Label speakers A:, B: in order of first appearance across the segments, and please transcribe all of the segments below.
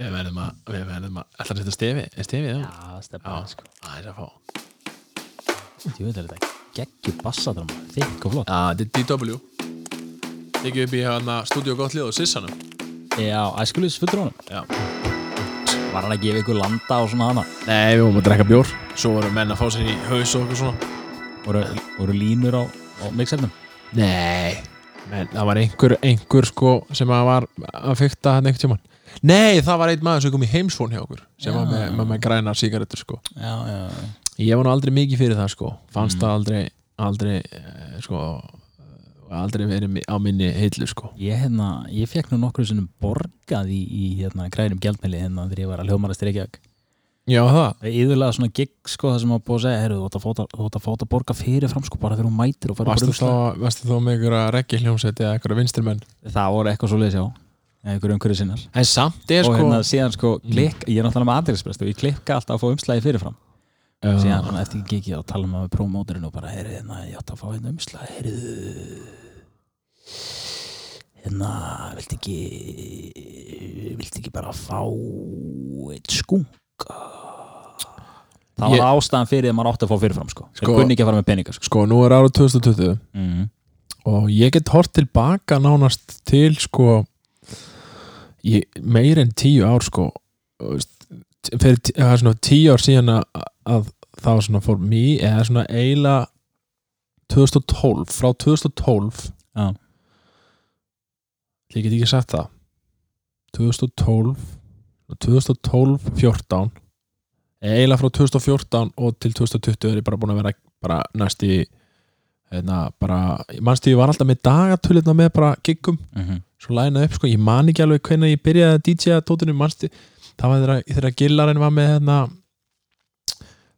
A: Við verðum að, við verðum að, ætlar þetta stefi, er stefið það?
B: Já, stefna,
A: Já,
B: sko.
A: það er að fá.
B: Ég veit að þetta geggjur bassadram, þykk og flott.
A: Já, þetta er DW. Tekið upp í hérna hana Studio Gottlið og Sissanum.
B: Já, æskulis fullur honum.
A: Já.
B: Var hann að gefa ykkur landa og svona hana?
A: Nei, við vorum að drekka bjór. Svo voru menn að fá sér í haus og okkur svona.
B: Voru, voru línur á, á mixefnum?
A: Nei. Menn, það var einhver, einhver sko sem að var að fykta hann einhvern tímann. Nei, það var einn maður sem kom í heimsvon hjá okkur sem var með, með, með græna sigarettur sko.
B: Já, já, já.
A: Ég var nú aldrei mikið fyrir það sko fannst það aldrei, aldrei eh, sko, eh, aldrei verið mi- á minni heillu sko
B: Ég, hérna, ég fekk nú nokkru sinnum borgað í, í hérna, grænum gjaldmæli hérna þegar ég var að hljómarast í Reykjavík.
A: Já það,
B: Það er yfirlega svona gig sko það sem að búið að segja, heyrðu, þú átt að fóta- þú átt að fóta að borga fyrir fram sko bara þegar hún mætir og færi
A: varstu þá, varstu þá með einhverja reggi hljómsveit eða einhverja vinstrimenn
B: Það voru eitthvað svo leiðis já, einhverju umhverju sinnar.
A: En samt er
B: og
A: sko
B: hérna síðan sko, klikk, ég er náttúrulega með aðeinsprest og ég klikka alltaf að fá umslægi fyrirfram.
A: Já.
B: Síðan svona eftir gigið og tala með promóterinn og bara, heyrðu, hérna, ég átt að fá hérna umslægi, heyrðu, hérna, viltu ekki, viltu ekki bara fá eitt skunk? Það var
A: Ég-
B: ástæðan fyrir því að maður átti að fá fyrirfram sko.
A: Sko-
B: Þeir kunni ekki að fara með peninga sko.
A: Sko, nú er ára 2020
B: Mm.
A: og ég get hort tilbaka nánast til sko ég, meir en tíu ár sko og veist, t- fyrir tí- það er svona tíu ár síðan að, að það var svona fór mjög eða svona eila 2012 frá 2012
B: Já.
A: ég get ekki sagt það 2012 2012, 14 eiginlega frá 2014 og til 2020 er ég bara búin að vera bara næst í hérna, bara, mannstu ég var alltaf með dagatölirna með bara giggum,
B: Mm
A: svo læna upp sko, ég man ekki alveg hvernig ég byrjaði að DJ-a tótinu, mannstu, það var þegar, þegar gillarinn var með hérna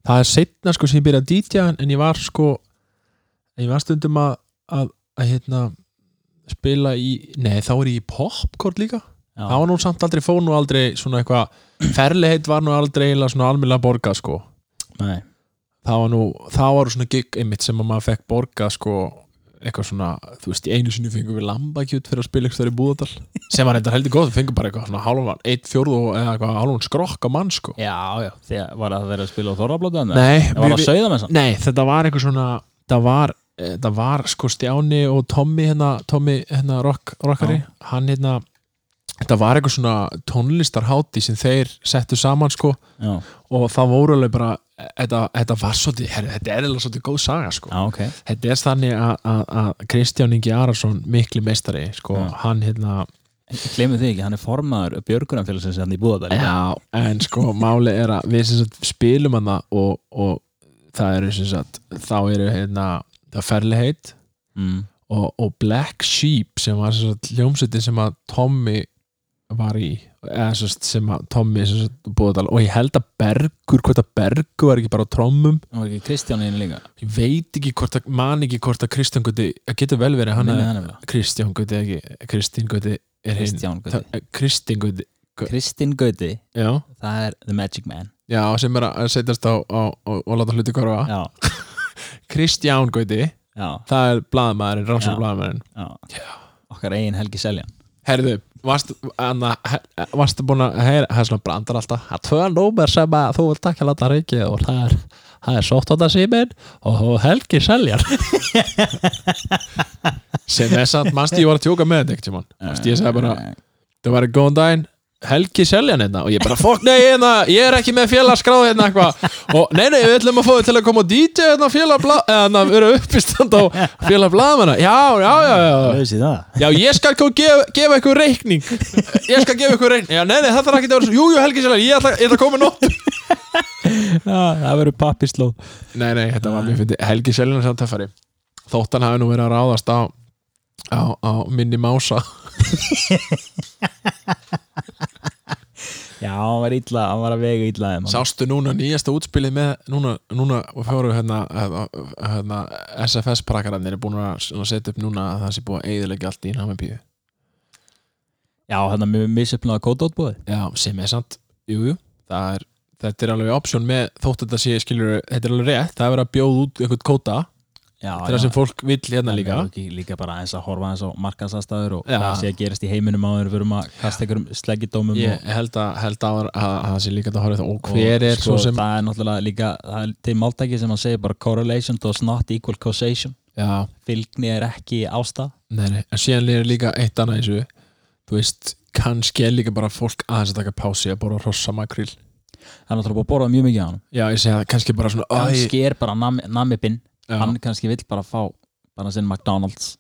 A: það er setna sko sem ég byrjaði að DJ-a en ég var sko en ég var stundum að, að, að hérna, spila í, nei þá er ég í popcorn líka
B: Já.
A: það var nú samt aldrei fór nú aldrei svona eitthvað ferliheit var nú aldrei eiginlega svona almennlega borgað sko
B: Nei.
A: það var nú, það var svona gig einmitt sem að maður fekk borgað sko eitthvað svona, þú veist, í einu sinni fengum við lambakjút fyrir að spila eitthvað í búðardal sem var eitthvað heldur góð, við fengum bara eitthvað svona hálfan, eitt fjórðu og- eða eitthvað hálfan skrokk á mann sko
B: Já, já, þegar var það verið að spila á Þorrablótu en það
A: Nei,
B: var
A: við-
B: að sauða með sann
A: Nei, þetta var eitthvað svona það var, eh, það var sko Stjáni og Tommy hérna, Tommy hérna rock, rockari, hann hérna þetta var eitthvað svona tónlistarhátti sem þeir settu saman sko
B: Já,
A: og það voru alveg bara eh, þetta, þetta var svolítið, herri, þetta er eða svolítið góð saga sko.
B: já, ok
A: þetta er þannig að- að að Kristján Ingi Arason mikli meistari, sko,
B: Já.
A: hann hérna
B: Gleimið þig ekki, hann er formaður Björgunarfélagsins hann í Búðardal
A: Já, en sko máli er að við sem sagt spilum hana og, og það eru sem sagt þá eru hérna, það ferliheit
B: mm.
A: og, og Black Sheep sem var sem sagt, hljómsveitin sem að Tommy var í eða sem, sagt, sem að Tommy sem sagt, búið að, og ég held að Bergur hvort að Bergur var ekki bara á trommum
B: Það var ekki Kristján einu líka
A: ég veit ekki hvort að, man ekki hvort að Kristján Guði, að getur vel verið hann
B: Minnir
A: að
B: hann nefnilega.
A: Kristján Guði ekki Kristín Guði er hinn
B: Kristján Gauti
A: Ta- Kristín Guði,
B: Kristinn Gauti,
A: já,
B: það er The Magic Man
A: já sem er að setjast á, á, á og láta hluti korfa
B: Já,
A: Kristján Guði,
B: já,
A: það er blaðmaðurinn, rannsóð
B: Já.
A: blaðmaðurinn
B: já Okkar eigin Helgi Seljan
A: Herðu, varstu, anna, he- varstu búin að heyra, það er svona brandar alltaf að tvö númer sem að þú vilt ekki láta reykið og það er, það er sóttóta símin og þú helgi seljar sem er samt, mannstu ég var að tjóka með þetta ekkert tímann, mannstu ég sagði bara
B: Eh,
A: það var góðan daginn Helgi Seljan hérna og ég bara fokk nei hérna, ég er ekki með félagskráð hérna eitthvað og nei nei við ætlum að fá þið til að koma og DJ hérna félagbla, hérna vera uppistand á félagblamana, já já já já
B: Lausi það
A: Já, ég skal kom gefa, gefa ykkur reikning Ég skal gefa ykkur reikning Já, nei, nei, það þarf ekki að vera svo Jú, jú, Helgi Sjálf, ég ætla, ég ætla að koma nótt
B: Já, það verður pappislóð
A: Nei, nei, þetta var mjög fyndið Helgi Sjálf er samt töffari Þótt hann hafi nú verið að ráðast á á, á minni mása
B: Já, hann var illa, hann var að vega illa þeim hann.
A: Sástu núna nýjasta útspilið með Núna, núna fóru hérna, hérna, hérna SFS-prakkararnir er búin að svona setja upp núna að það sé búið að eyðilegja allt í námið
B: Já, hérna, hann er mjög misöfnlega kótaútbúið
A: Já, sem er sant, jú, jú það er, þetta er alveg option með þótt að þetta sé skilur, þetta er alveg rétt, það er verið að bjóða út einhvern kóta
B: já,
A: þegar sem fólk vill hérna líka
B: Líka. líka bara eins að horfa eins á markaðsastæður og
A: Já.
B: hvað sé að gerast í heiminum áður við erum að kasta einhverjum sleggidómum og-
A: ég held að held að að það sé líka að horfa þetta og
B: og
A: hver er
B: sko,
A: svo sem
B: það er náttúrulega líka það er til máltæki sem að segja bara correlation does not equal causation
A: já,
B: fylgni er ekki ástæð
A: nei, nei, en síðan er líka eitt annað eins og þú veist, kannski er líka bara fólk aðeins að taka pási að borða hrossamakril
B: það er náttúrulega búið að borða mjög mikið á hann
A: já, ég segja það, kannski bara svona æ,
B: kannski er bara nami, namibin
A: já.
B: hann kannski vill bara fá bara sinn McDonalds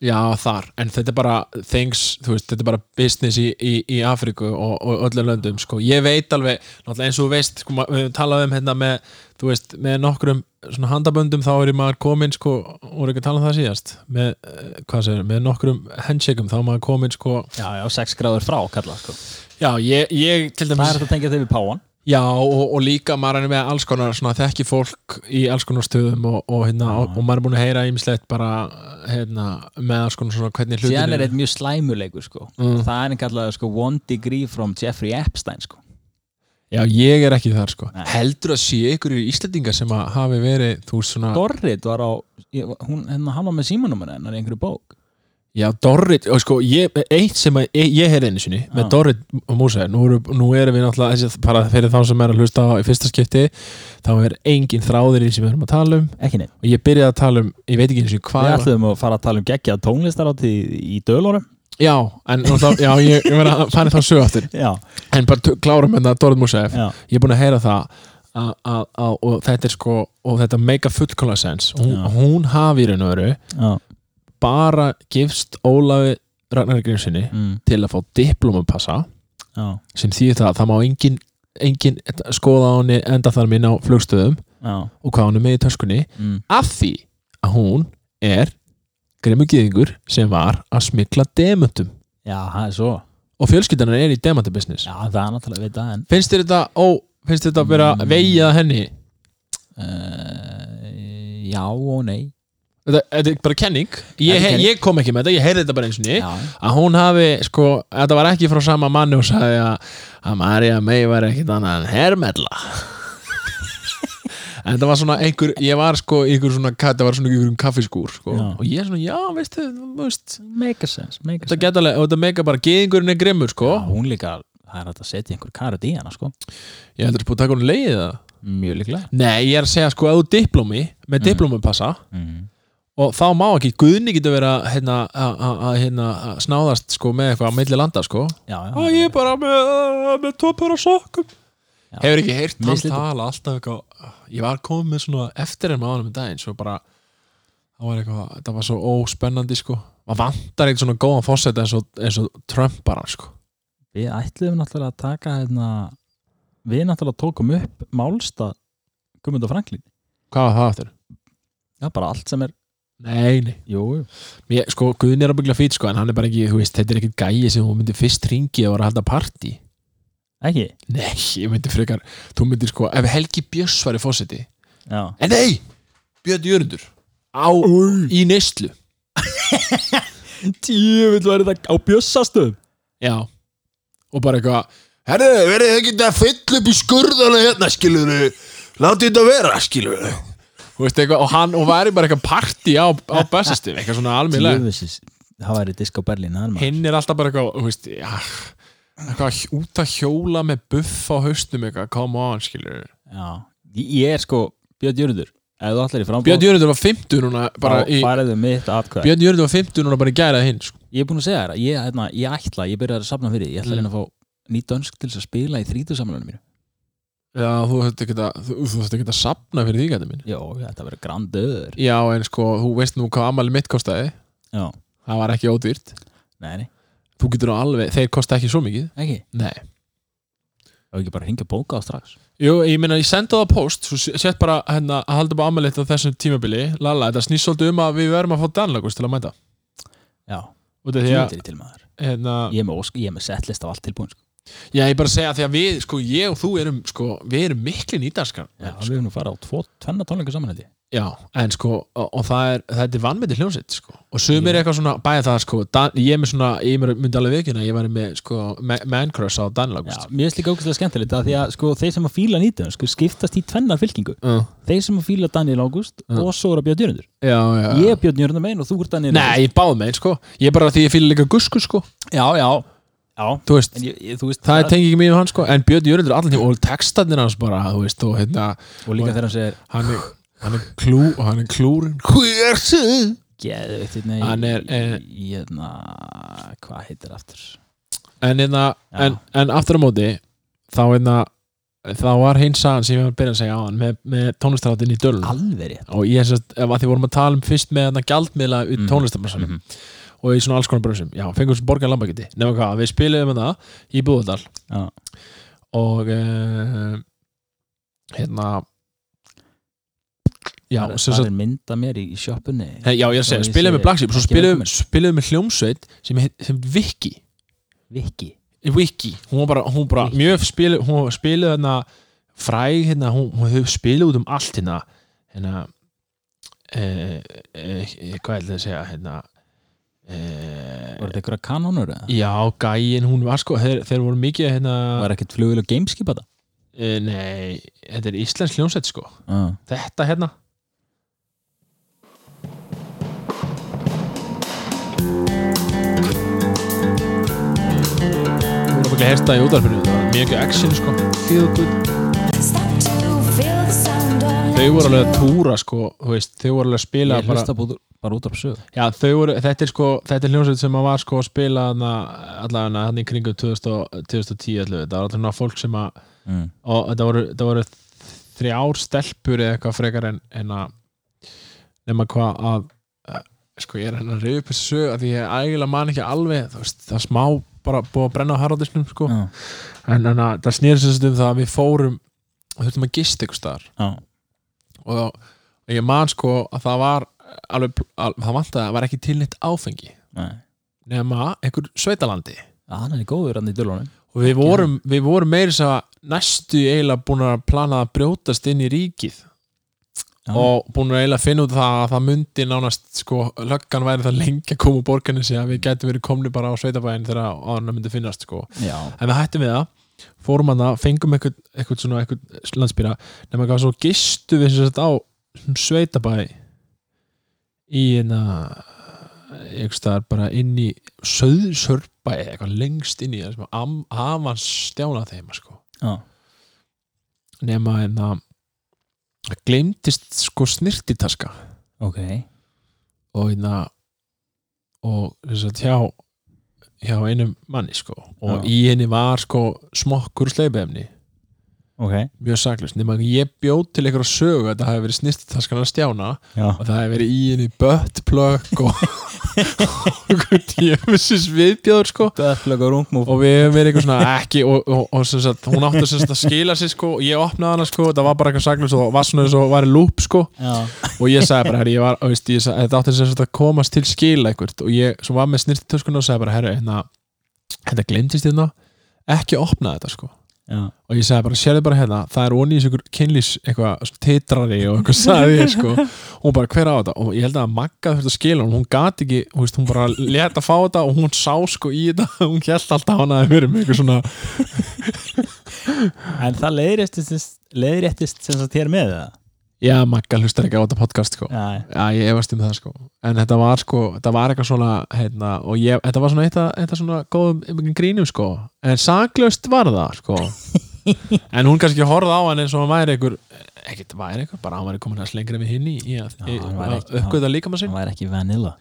A: Já, þar, en þetta er bara things, þú veist, þetta er bara business í, í, í Afriku og, og öllu löndum sko. ég veit alveg, náttúrulega eins og þú veist sko, ma- við höfum talað um hérna með þú veist, með nokkrum svona handaböndum þá er maður komin, sko, voru ekki að tala um það síðast með, eh, hvað segir, með nokkrum handshakeum, þá er maður komin, sko
B: já, já, 6 gráður frá kalla sko.
A: já, ég, ég til
B: það
A: dæmis
B: er þetta að tengja þau við páan
A: já, og, og líka maður er með alls konar, svona þekki fólk í alls konar stöðum og, og hérna, og, og maður er búin að heyra ímislegt bara, hérna, með alls konar svona hvernig hlutin
B: síðan er eitt mjög slæmuleikur sko.
A: Mm.
B: það er einn kallað sko, one degree from Jeffrey Epstein sko.
A: Já, ég er ekki þar sko
B: Nei.
A: Heldur að sé ykkur í Íslandinga sem að hafi verið þú veist, svona
B: Dorrit var á ég- hún, hérna, hann var með símanúmer hennar í einhverju bók
A: Já, Dorrit, og sko, ég, eitt sem að, ég, ég heyrði einu sinni með
B: Já.
A: Dorrit og Músa nú, eru- nú erum við náttúrulega, þessi, bara fyrir þá sem er að hlusta á í fyrsta skipti þá er engin þráður í sem við erum að tala um
B: ekki neitt
A: og ég byrjaði að tala um, ég veit ekki einu sinni hvað
B: Við
A: var-
B: ætlum að fara að tala um geggjað tónlistar átti í dölorum
A: Já, en náttúrulega, já, ég, ég verið að fara þá sög aftur
B: Já,
A: en bara t- klárum hérna Dorrit Músa
B: já,
A: ég er búin að heyra það að, að, að, og þetta er sko, og þetta make a fullkóla sense, hún,
B: Já.
A: hún hafi í raun og veru
B: já
A: bara gifst Ólafi Ragnar Grímssoni
B: mm,
A: til að fá diplomapassa
B: Já,
A: sem þýðir það að það má engin, engin skoða á henni enda þar minn á flugstöðum
B: já
A: og hvað hann er með í töskunni
B: mm,
A: af því að hún er grimmugiðingur sem var að smikla demantum
B: Já, það er svo
A: og fjölskyldanar er í demantabusiness
B: Já, það er náttúrulega við það en
A: finnst þér þetta ó, finnst þér þetta að vera
B: Mm.
A: vegið að henni
B: uh, Já og nei
A: þetta, þetta er bara kenning
B: Þetta
A: ég,
B: er
A: he-
B: kenning.
A: ég kom ekki með þetta, ég heyrði þetta bara eins og niður
B: Já,
A: að hún hafi, sko, þetta var ekki frá sama manni og sagði að, að Marja May var ekkit annað en hermella en þetta var svona einhver, ég var sko í einhver svona, þetta var svona í einhverjum kaffiskúr sko.
B: Já.
A: og ég svona, já, veistu, þú veist
B: make a sense, make a
A: þetta
B: sense
A: geta alveg, og þetta meika bara geðingurinn er grimmur, sko
B: Já, hún líka, það er hægt að setja einhver karat í hana sko
A: ég heldur að búið að taka hún leiðið það
B: Mjög líklega
A: nei, ég er að segja, sko, að þú diplomi
B: Mhm.
A: með diplomupassa
B: mm.
A: og þá má ekki, guðni getur verið að hérna, að- að- að, hérna, að snáðast sko með eitthvað á milli landa, sko
B: Já, já
A: Já, ég er bara með, með topur og sokkum
B: Já.
A: Hefur ekki heyrt hann
B: Mislítið.
A: tala alltaf eitthvað Ég var komið með svona eftir en maður um daginn Svo bara Það var eitthvað, það var svo óspennandi sko Maður vantar eitthvað svona góðan fórseta eins og, eins og Trump bara sko
B: Við ætlum náttúrulega að taka hérna Við náttúrulega tókum upp málstað Guðmund og Franklin
A: Hvað var það aftur?
B: Já, bara allt sem er
A: Nei, nei
B: Jú, jú
A: Mér, Sko, Guðni er að byggla fýt sko En hann er bara ekki, þú veist, þetta er ekkert gæi sem hún myndi fyrst ringi og var að halda partí
B: Ekki?
A: Nei, ég myndi frekar Þú myndir sko, ef Helgi Björs var í fórseti
B: Já
A: En Eh, nei, Björn Jörundur Á, í neyslu
B: Djöfull var þetta á bjössastöðum
A: Já Og bara eitthvað Herðu, verið þið ekki að fylla upp í skurðana hérna, skilur Látið þetta vera, skilur Þú veist eitthvað, og hann, og væri bara eitthvað partí á, á bestastum, eitthvað svona almílega
B: Djöfusins, það væri disk á Berlín það er maður.
A: Hinn er alltaf bara eitthvað, þú veist, já Eitthvað hj- út að hjóla með buff á haustum eitthvað, come on, skilur
B: Já, ég ég er sko Björn Jörgur, ef þú allir í frambóð
A: Björn Jörundur var 50 núna, bara í
B: færiðu mitt atkvæð
A: Björn Jörundur var 50 núna bara í gæra hinn, sko
B: Ég er búin að segja þér að ég, hérna, ég ætla, ég byrjaði að safna fyrir því. ég ætla að
A: Mm.
B: reyna að fá nýtt önsk til þess að spila í þrítusamlunum mínu
A: Já, þú þurft ekki að, þú, þú þurft ekki að sapna fyrir því gæti minn
B: Jó, þetta verður grandöður
A: Já, en sko, þú veist nú hvað amali mitt kostaði
B: Já,
A: Það var ekki ódýrt
B: nei, nei,
A: þú getur nú alveg, þeir kosta ekki svo mikið
B: ekki
A: Nei
B: og ekki bara hringja og bóka á strax
A: Jú, ég meina, ég sendi það á post svo se- sett bara, hérna, að halda bara ammælitt á þessum tímabili, lala, þetta snýst svolítið um að við verðum að fá danlagus til að mæta
B: Já,
A: Út af því að,
B: tjóðir til maður
A: hérna,
B: Ég er með, ósk- ég er með settlist af allt tilbúin sko.
A: já, ég bara segja því að við, sko, ég og þú erum, sko, við erum mikli nýtanskar
B: Já, við erum nú að fara á tvo, tvenna tónleika saman held ég
A: já, en sko og, og það er, þetta er vannmyndi hljómsveit sko. og sumir eitthvað svona, bæði það sko Dan, ég er með svona, ég er- myndi alveg vikina ég væri með sko, Ma- Man Crush á Daniel
B: Já,
A: August
B: mér finnst líka ógæslega skemmtilegt að því að sko, þeir sem að fíla nýtjum sko, skiptast í tvennar fylkingu
A: Uh,
B: þeir sem að fíla Daniel Ágúst
A: Já.
B: og svo er að Björn Jörundur
A: já, já, já.
B: ég er Björn Jörundur megin og þú er Daniel
A: Nei, ég báð með, sko Ég er bara því ég fýla líka gusku, sko
B: Ágúst. já, já, já.
A: Þú veist,
B: En ég, ég, þú veist,
A: það er tengi ekki mjög hann, sko En Björn Jörundur allan tíma og textarnir hans bara, þú veist og hérna,
B: og líka þegar hann segir
A: hann er, hann er klú og hann er klúrin Hver sig?
B: geðveikt hérna í-
A: Hann er, eh,
B: í- hérna, hvað heitir aftur
A: En hérna,
B: Já.
A: en, en aftur á móti þá hérna þá var hinn sagan sem ég var að byrja að segja á hann með, með tónlistaráttin í dölun
B: alveg rétt
A: og ég sérst, ef að því vorum að tala um fyrst með hérna gjaldmiðla út
B: Mhm.
A: tónlistarbransanum
B: Mhm.
A: og í svona alls konar bransum, já, fengum sem borgar lambakiti nema hvað, við spilum þetta í Búðardal
B: Já.
A: og uh, hérna já,
B: það,
A: sem
B: það
A: sagt
B: er mynda mér í, í sjoppunni
A: Hey, já, ég segi,
B: Svo ég
A: spilaði
B: sé
A: með Black Sheep svo
B: ekki
A: spilaði,
B: velkomin.
A: spilaði með hljómsveit sem, heit- sem Vicky
B: Viki
A: Vicky, hún var bara, hún bara
B: Vicky.
A: mjög spiluð, hún spiluð hérna fræg hérna, hún, hún hefur spilað út um allt hérna hérna e, e, e, hvað ætlaði að segja hérna e,
B: var þetta einhverja kanónur eða?
A: já, gæin, hún var sko þeir, þeir voru mikið hérna
B: var ekkert flugil og gameskip þetta
A: e, nei, þetta er íslensk hljómsveit sko
B: uh.
A: þetta hérna Þú voru að hérsta í útarfinu það var mjög action sko feel good þau voru alveg að túra sko þú veist, þau voru alveg að spila
B: ég
A: bara,
B: hlusta bara, bara út af sög
A: já, þau voru, þetta er sko þetta er hljómsveit sem að var sko að spila hana, allavega hann í kringum 2000 og- 2010 allavega, það var alltaf svona fólk sem að
B: mm.
A: og þetta voru, þetta voru þrjár stelpur eða eitthvað frekar en, en að nema hvað að, að sko ég er hennar að reyða upp þessu sög að því ég ægilega man ekki alveg þú veist, það er smá bara búið að brenna á haraldisnum sko.
B: já,
A: en, en að, það snýr sér um það að við fórum og þurftum að gist ykkur staðar
B: já,
A: og, og ég man sko að það var alveg, al, það vantaði að það var ekki til neitt áfengi
B: nei
A: nema einhver sveitalandi
B: Já, hann er góður hann í dölunum
A: og við vorum, við vorum meiri þess að næstu eiginlega búin að plana að brjótast inn í ríkið
B: Já.
A: og búin að eiginlega finna út það að það myndi nánast sko, löggan væri það lengi að koma úr borginni sig að við gætum verið komni bara á sveitabæðin þegar að hann myndi finnast sko.
B: Já,
A: en við hættum við það, fórum hann að fengum eitthvað, eitthvað svona eitthvað landsbýra nema hvað svo gistu við sér á svona sveitabæ í hérna einhvers staðar bara inn í söðsörbæ eitthvað lengst inn í það sem að hafa stjána þeim sko
B: já,
A: nema en að það gleymdist sko snirtitaska
B: ok
A: og en að og þess að hjá hjá einum manni sko og
B: Já.
A: í henni var sko smokkur sleipefni,
B: Ok,
A: mjög saklust nema að ég bjóð til einhverja sögu að það hefði verið snirtitaskan að stjána
B: já
A: og það hefði verið í henni böttplökk og og djöfisins viðbjóður sko
B: Döðflög og rungmúf
A: og við hefum verið eitthvað svona ekki og, og, og sem sagt, hún átti sem sagt að skila sér sko og ég opnaði hana sko, það var bara eitthvað saklust og var svona eins og væri lúp sko
B: Já,
A: og ég sagði bara, herri, ég var, þú veist, ég sagði, þetta átti sem sagt að komast til skila eitthvað og ég, sem var með snirtitöskuna og sagði bara, herri, hérna þetta glemtist hérna, ekki opna þetta sko
B: já,
A: og ég sagði bara, sérðu bara hérna, það er onni í þessu kynlýs eitthvað svona titrari og eitthvað sagði ég sko, og hún bara hver á þetta og ég held að Magga þurfti að skila hún, hún gat ekki, hún, veist, hún bara let að fá þetta og hún sá sko í þetta, hún held alltaf hana að vera með eitthvað svona
B: en það leiðréttist leiðréttist sem sagt hér með það
A: já, Magga hlustar ekki á þetta podcast sko
B: Já, já.
A: Já, ég efast um það sko En þetta var sko, þetta var eitthvað svona hérna, og ég, þetta var svona eitt að eitt að svona góðum einhvern grínum sko en saklaust var það sko en hún kannski horfði á hann eins og hann væri einhver ekkert væri einhver, bara hann væri komin hans lengra við hinn í í að
B: Já, hann væri ekki-
A: uppgöða líka maður sinn
B: hann væri ekki vanilla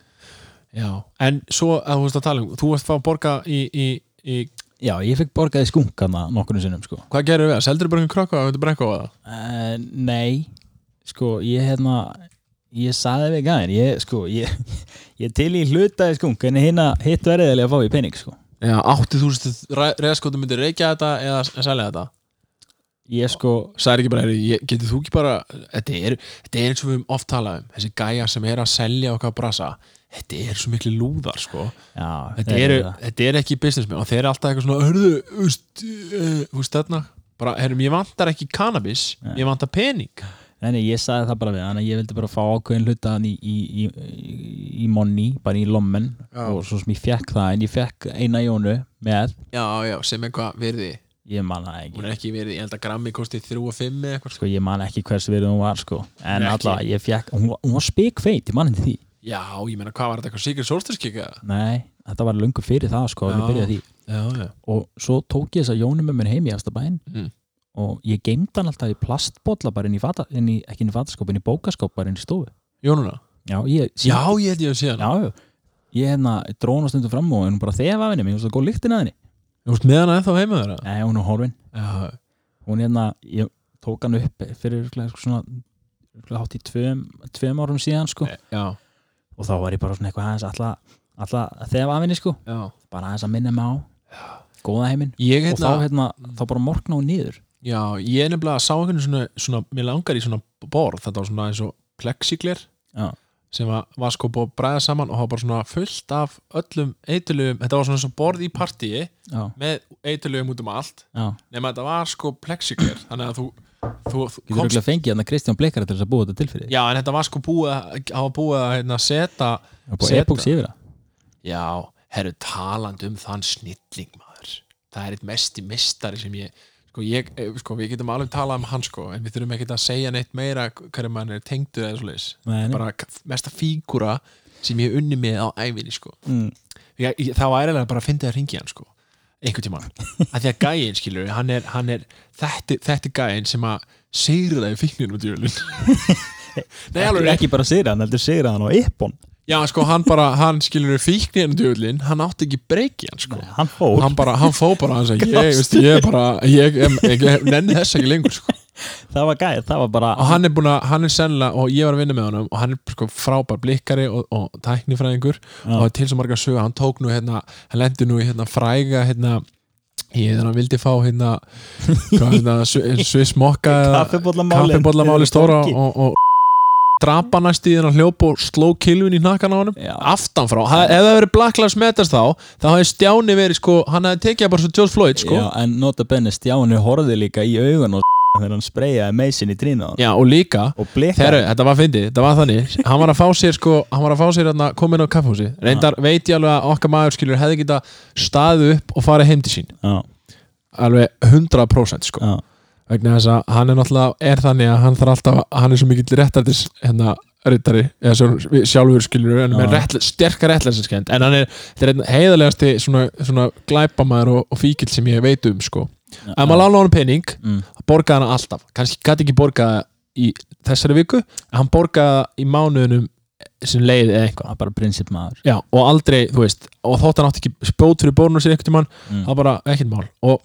A: Já, en svo að þú veist að tala um þú varst að fá að borga í, í, í
B: Já, ég fekk borgaði skunkana nokkurnu sinnum sko
A: hvað gerir við það? Seldur bara einhvern krokka og þetta brekka á það?
B: uh, Nei, sko ég hérna ég saði við gæðin, ég sko ég, ég til í hlutaði skunk en hérna hitt verðiðlega að fá í pening sko
A: Já, 80.000 reyðskotum myndir reykja þetta eða s- selja þetta?
B: ég sko,
A: sagði ekki bara, "Heyrðu, ég- getur þú ekki bara þetta er, þetta er eins og við höfum oft talað um þessi gæja sem er að selja okkar brasa þetta er svo miklu lúðar sko
B: já
A: þetta
B: þeir
A: eru,
B: það.
A: þetta eru ekki businessmen og þeir eru alltaf eitthvað svona, eh, hörðu þú veist þarna, bara, heyrðum, ég vantar ekki cannabis,
B: Nei.
A: ég vantar pening
B: Nei, nei, ég sagði það bara við hann að ég vildi bara fá ákveðin hluta hann í, í, í, í- í monni, bara í lommen
A: Já.
B: og svo sem ég fekk það, en ég fekk eina jónu með,
A: já, já, sem eitthvað virði
B: ég man það ekki
A: hún er ekki virði, ég held að grammi kosti 3 og 5 eða eitthvað sko.
B: sko, ég man ekki hvers verið hún var sko. en
A: Nei, ekki.
B: allavega, ég fekk, hún, var- hún var spikfeit ég man henni því,
A: já, ég meina, hvað var þetta, eitthvað Sigurd Solsterskika
B: nei, þetta var lungu fyrir það sko,
A: Já.
B: ég byrjaði því
A: já, já,
B: og svo tók ég þess að Jónu með mér heim í Astabæin
A: Mm.
B: og ég geimd hann alltaf í plastbolla bara inn í, fata, inn í ekki inn í fataskóp, inn í bókaskóp bara inn í stofu
A: Jónuna
B: já, ég,
A: já, ég held ég að sé hana
B: já, já. ég hérna dróna stundum fram og hún bara þefa af henni mér finnst það góð lyktin að henni
A: þú veist með hana ennþá heima þeirra
B: nei, hún er horfin,
A: já,
B: hún hérna ég tók hann upp fyrir örugglega svona örugglega hátt í tveim, tveim árum síðan sko.
A: já,
B: og þá var ég bara svona eitthvað aðeins alltaf alla, þegar af henni sko,
A: já.
B: bara aðeins að minna mig á góða heiminn
A: ég
B: og þá
A: hérna,
B: hérna, þá bara morgna hún niður
A: já, ég nefnilega sá einhvern svona, svona, mér langar í svona borð þetta var svona eins og plexigler
B: já,
A: sem var, var sko búið að bræða saman og það var bara svona fullt af öllum eitulugum, þetta var svona eins og borð í partíi
B: já,
A: með eitulugum út um allt
B: já
A: nema þetta var sko plexigler þannig að þú, þú, þú
B: Getur komst... fengið hann að Kristján Bleikara til þess að búa þetta til fyrir
A: já en þetta var sko búið að- það var búið að hérna, setja
B: Já, búa
A: seta.
B: epoxy yfir það
A: já, herru talandi um þann snilling maður það er eitt mesti mistari sem ég sko, ég, eh, sko við getum alveg talað um hann sko en við þurfum ekkert að segja neitt meira hverju mann er tengdur eða svoleiðis
B: Nei, nei.
A: bara k- mesta fígúra sem ég hef unni með á ævinni sko
B: mm.
A: ég, ég, það var eiginlega bara að fyndi að ringi hann sko einhvern tímann, að því að gæin skilur við, hann er, hann er þetta, þetta er gæin sem að sigra það í fíkninu og djölun Nei,
B: ekki,
A: alveg,
B: ekki bara sigra hann, heldur sigra hann á epon
A: já sko hann bara hann skilur við fíkninu og djölun hann átti ekki breyki hann sko
B: hann fór,
A: hann bara, hann fó bara hans að ég, veist, ég er bara, ég, ég, ég, ég nenni þess ekki lengur sko.
B: það var gæð, það var bara
A: og hann er búin að, hann er sennilega og ég var að vinna með honum og hann er sko frábær blikkari og, og tæknifræðingur og til svo margar sögur, hann tók nú hérna hann lendi nú í hérna fræga hérna ég þannig að hann vildi fá hérna hvað hérna, sviss mokka
B: kaffibóllamálin
A: kaffibóllamáli stóra og, og drapa næst í þennan hljóp og sló kilvin í hnakkan á honum
B: Já.
A: aftanfrá, ha, ef það verið Black Lives Matter þá þá hefði Stjáni verið sko, hann hefði tekið bara svo George Floyd sko
B: já, en nota benni Stjáni horfði líka í augun og þegar hann spreyjaði meisin í trínu á hann
A: Já, og líka
B: og Bleikara
A: Þeirru, þetta var fyndið, þetta var þannig Hann var að fá sér sko, hann var að fá sér að koma inn á kaffhúsi Reyndar veit ég alveg að okkar maður skilur hefði geta staðið upp og farið heim til sín
B: já,
A: Alveg 100% sko
B: já,
A: Vegna þess að hann er náttúrulega, er þannig að hann þarf alltaf, hann er svo mikill réttardis hérna ryttari, eða svo við- sjálfur skilur en með
B: Já.
A: réttl, sterkar réttlæsinskend en hann er, þetta er einn heiðarlegasti svona, svona glæpamaður og, og fíkil sem ég veit um sko, ef maður lána honum pening
B: mm,
A: borgaði hann alltaf, kannski gæti ekki borgaði í þessari viku en hann borgaði í mánuðunum sem leið eða eitthvað
B: það er bara prinsip maður
A: Já, og aldrei, þú veist, og þótt hann átti ekki spjót fyrir bórnum sér einhvern tímann
B: Mm.
A: það var bara ekkert mál og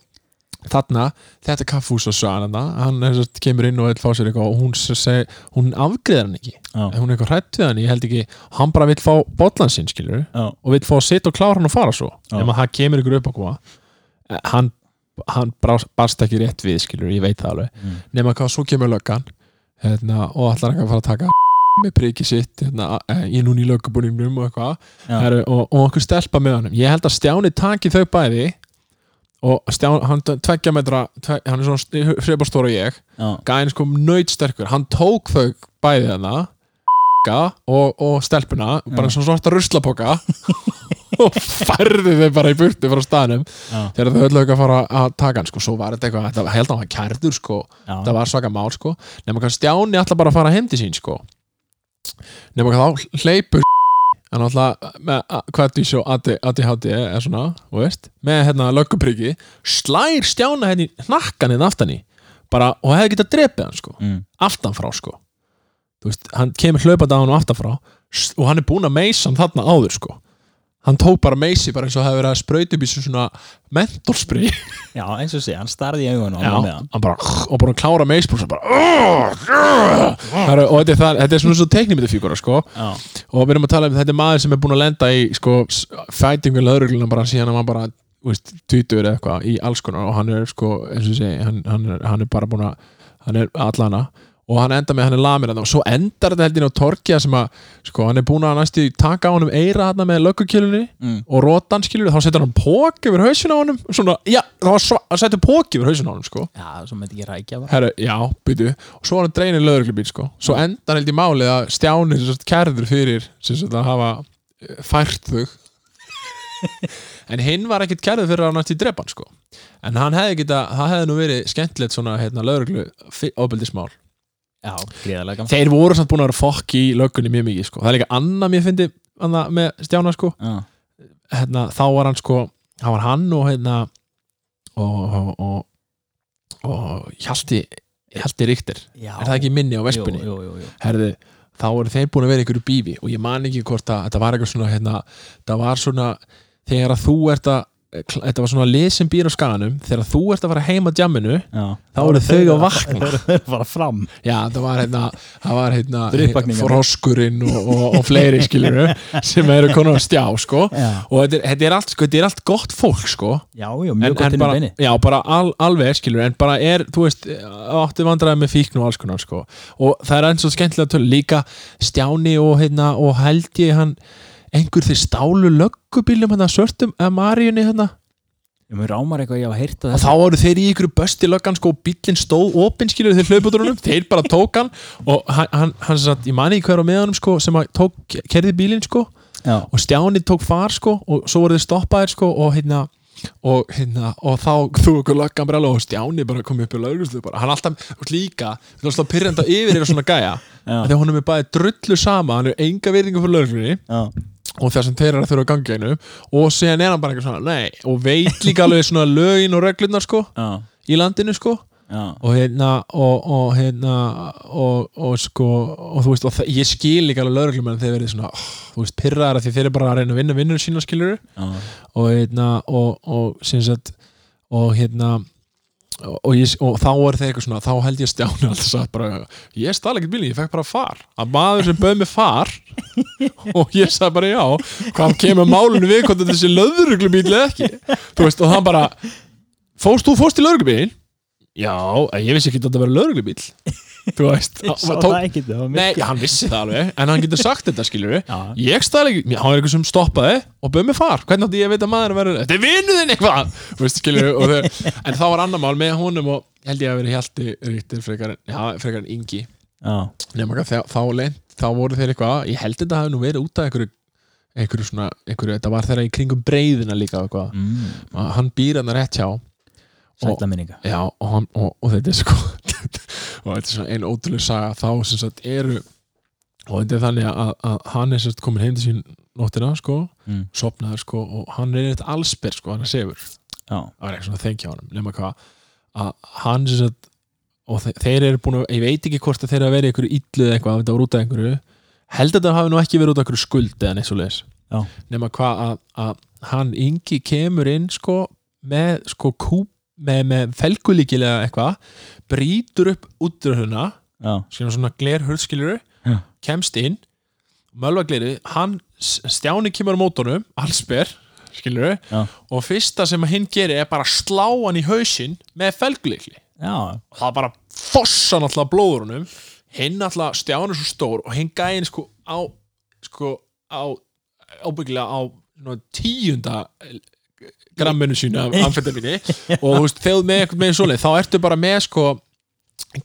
A: þarna, þetta kaffús og svanana hann er, sem sagt, kemur inn og vil fá sér eitthvað og hún, sem seg, hún afgriðar hann ekki
B: já,
A: hún er eitthvað hrætt við hann, ég held ekki hann bara vil fá bollan sinn, skilur
B: já,
A: og vil fá að sitja og klára hann og fara svo
B: Já.
A: ef það kemur ykkur upp á koma Eh, hann, hann brást- barst ekki rétt við skilur, ég veit það alveg
B: Mm.
A: nema hvað svo kemur löggan hérna, og allar ekki að fara að taka með prikið sitt hérna, eh, ég er núna í löggabúningnum og eitthvað
B: Já.
A: Heru, og, og okkur stelpa með honum ég held að Stjáni taki þau bæði og Stjáni, hann t- tveggja metra tve, hann er svona hreipastóra ég
B: já,
A: gæðin sko nöytsterkur, hann tók þau bæði hana og, og stelpuna, bara svona svarta ruslapoka og færði þau bara í burtu frá staðnum
B: já,
A: þegar þau öllu ekki að fara að taka hann sko, svo var þetta eitthvað, þetta var held að hann var kærður sko,
B: já,
A: það var svaka mál sko nema hvað Stjáni ætla bara að fara heim til sín sko nema hvað þá hleypur hann ætla með a- hvað því sjó ADHD er E svona, þú veist, með hérna löggupryggi, slær Stjána henni hnakkan hérna aftan í bara, og hefði getað drepið hann sko,
B: mm,
A: aftanfrá sko þú veist, hann kemur hlaupandi á hann og aftanfrá s- og hann er búinn að meisa hann þarna áður sko hann tók bara meisi bara eins og hefði verið að sprauti upp í svona mentorspray
B: já, eins og sé, hann starði í augun og hann var með
A: Já,
B: hann
A: hann bara, og bara klára meisbrús og bara Heru, og þetta er, það, þetta er svona svo teiknimyndafígura sko.
B: já,
A: og við erum að tala um þetta er maður sem er búin að lenda í sko, s- fætingu löðrugluna bara síðan að maður bara þú veist, tvítur eða eitthvað í alls konar og hann er sko, eins og ég segi, hann, hann, er, hann er bara búin að hann er allana og hann endar með að hann er lamir hann og svo endar þetta heldin á torkja sem að sko, hann er búin að næstu taka á honum eira hann með löggukilunni
B: Mm.
A: og rótan skilur þá setur hann pók yfir hausin á honum svona, já, þá sva- hann setur pók yfir hausin á honum sko
B: Já, svo myndi ekki rækja það
A: Herra, já, byrju, og svo var hann dreinin lögreglubíl sko. svo endar held í málið að stjáni sem sagt, kærður fyrir sem sagt, að hafa eh, fært þau en hinn var ekkit kærður fyrir að hann ætti í drepan sko. en hann hefði geta, það hefði nú verið skemmtilegt svona hérna, lögreglu ofbeldismál
B: Já, gríðarlega gaman
A: þeir voru samt búin að vera fokk í löggunni mjög mikið sko. það er líka annað mér fyndi annað með stjána sko.
B: Já,
A: hérna, þá var hann sko þá var hann og hérna og, og, og, og Hjalti Hjalti Ríktir
B: já
A: er það ekki minni á Vespunni
B: Jú, jú, jú, jú.
A: herði, þá eru þeir búin að vera í einhverju bífi og ég man ekki hvort að þetta var eitthvað svona hérna, það var svona þegar að þú ert að þetta var svona lesin býr á skanum þegar þú ert að fara heim að jamminu
B: Já
A: þá eru þau að vakna
B: Það eru bara fram
A: já það var hérna, það var,
B: Fyrir
A: hérna
B: uppvakningar.
A: froskurinn og, og, og fleiri skilur sem eru konar að stjá sko
B: Já,
A: og þetta er, þetta er, allt, sko, þetta er allt gott fólk sko
B: já, já mjög gott inn í
A: bara,
B: beini
A: já, bara al, alveg skilur en bara er, þú veist, áttu vandræði með fíkn og alls konar sko. og það er eins og skemmtilega töl líka Stjáni og, hérna, og held ég hann einhver þeir stálu löggubílum hérna svörtum að Maríunni hérna
B: Ég mér rámar eitthvað ég hafa heyrt að
A: og þá voru þeir í ykkur bösti löggan sko og bíllinn stóð opinn skilur þeir hlauputurunum þeir bara tók hann og hann, hann, hann satt, ég mani hver á meðanum sko sem að tók, kerði bílinn sko
B: Já,
A: og Stjáni tók far sko og svo voru þið stoppaðir sko og hérna og, hérna, og þá þú okkur löggan bara alveg, og Stjáni bara komið upp í laugluslu bara, hann alltaf og líka, þú veist þá pyrrenda yfir er svona gæja,
B: Já.
A: þegar honum er bæði drullu sama, hann er enga virðingu fyrir lauglunni
B: já
A: og það sem þeir eru að þurfa að ganga í einu og síðan er hann bara eitthvað svona, nei og veit líka alveg svona lögin og reglurnar sko
B: Já,
A: í landinu sko
B: já
A: og hérna og, og hérna og, og sko og þú veist og það- ég skil líka alveg lögreglum en þeir verið svona oh, þú veist pyrraðar af því þeir eru bara að reyna að vinna vinnur sína skilur
B: Já,
A: og hérna og, og sem sagt og hérna og, og, ég, og þá er það eitthvað svona þá held ég að stjána alltaf satt bara ég stala ekkert bílinn, ég fekk bara far að maður sem bauð mig far og ég sagði bara já hvað kemur málunum við hvort þetta sé löðruglubíl eða ekki þú veist og hann bara fórst þú fórst í löðruglubíl já, en ég vissi ekki að þetta verið löðruglubíl þú veist
B: Ég
A: hann
B: sá það
A: tók-
B: ekki, það var
A: Nei,
B: myrkt.
A: hann vissi það alveg, en hann getur sagt þetta skilur við
B: Já.
A: Ég stæði ekki, mér- hann var eitthvað sem stoppaði og bauð mig far, hvernig átti ég að veit að maður verður Þetta er vinnuðin eitthvað, Þú veist skilur við En þá var annar mál með honum og held ég að vera hjalti ríktir frekar en, já, frekar en Ingi
B: Já,
A: Nefnum ekki að þá, þá lent, þá voru þeir eitthvað Ég held þetta hafi nú verið út af einhverju einhverju svona, einhverju, þetta var þeirra í kringum breiðina líka og eitthvað,
B: mm,
A: hann býr hann rétt hjá
B: sætla minninga
A: Já, og, hann, og, og þetta er sko og þetta er svona ein ótrúlega saga þá sem sagt eru og þetta er þannig að, að hann er sérst komin heim til sín nóttina sko,
B: Mm.
A: sopnaður sko og hann er eitt allsperr sko, hann er sefur það
B: Já,
A: var eitthvað svona þengja honum, nema hvað að hann sem sagt og þe þeir eru búin að, ég veit ekki hvort að þeir eru að vera í einhverju illu eða eitthvað, að þetta voru út af einhverju held að þetta hafi nú ekki verið út af einhverju skuld eða neitt svo leis,
B: já,
A: nema hvað að, að hann yngi kemur inn sko með sko kúp með, með felgulíkilega eitthvað brýtur upp útröðuna
B: já
A: sem svona gler hurðskiluru
B: Já.
A: kemst inn, mölva glerið hann, S- Stjáni kemur á mótunum allsber, skiluru
B: Já.
A: og fyrsta sem hinn gerir er bara að slá hann í hausinn með felgulíkli
B: Já,
A: og það bara fossa hann alltaf blóður honum hinn alltaf stjánu svo stór og hinn gæðin sko á sko á ábyggilega á ná, tíunda gramminu sínu af amfetamíni og þú veist, þegar með eitthvað með svoleið þá ertu bara með sko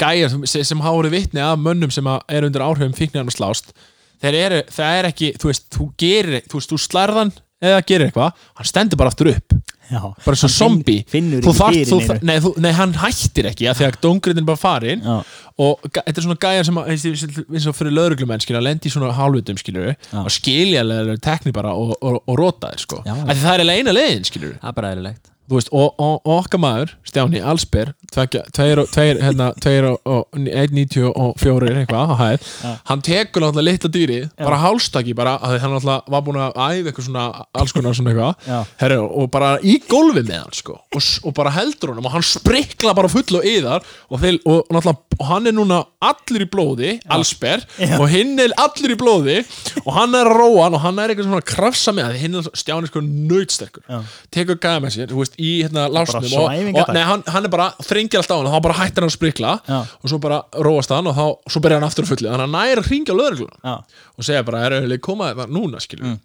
A: gæjar sem, sem hafa verið vitni af mönnum sem að eru undir áhrifum fíknirinn og slást þeir eru, það er ekki, þú veist, þú gerir þú veist, þú slærðan eða gerir eitthvað hann stendur bara aftur upp
B: já
A: bara svo
B: Hann
A: zombi
B: Finnur
A: þú
B: ekki
A: þarft,
B: fyrir
A: þú
B: neinu.
A: þarft, nei, þú, nei, hann hættir ekki að því að dóngriðin er bara farin
B: Já,
A: og ga- þetta er svona gæjar sem að- eins og- eins og fyrir lögreglumenn skilja að lendi í svona hálfutum skilju
B: Já.
A: og skiljaðlega tekni bara og, og, og rotaðir sko
B: Já.
A: af því það er eiginlega eina leiðin skilju
B: það er bara eðlilegt
A: þú veist, og, og, og okkar maður, Stjáni Allsberg tveggja- tveir, og- tveir, hérna, tveir og- og 1.94 eitthvað, á hæð, hann tekur náttúrulega litla dýri, bara hálstaki bara, að því hann náttúrulega var búin að æfa eitthvað svona alls konar svona
B: Já.
A: eitthvað Heru, og bara í gólfi með hann sko, og, s- og bara heldur honum og hann sprikla bara full og yðar og, þeir, og, og, náttúrulega- og hann er núna allir í blóði, Allsberg og hinn er allir í blóði og hann er að róa hann og hann er eitthvað svona að krafsa með það, því hinn er Stjáni er sko nöytsterkur
B: Já.
A: tekur gæða með sér, þú veist, í hérna, lásnum og,
B: svæfingatak.
A: og nei, hann, hann er bara þrengir alltaf á hann og þá bara hættir hann að sprikla
B: Já.
A: og svo bara róast hann og þá svo byrjar hann aftur að fullu þannig að hann næri að hringja á löðregluna
B: já,
A: og segja bara, er auðvitað koma þetta núna skilur
B: Mm.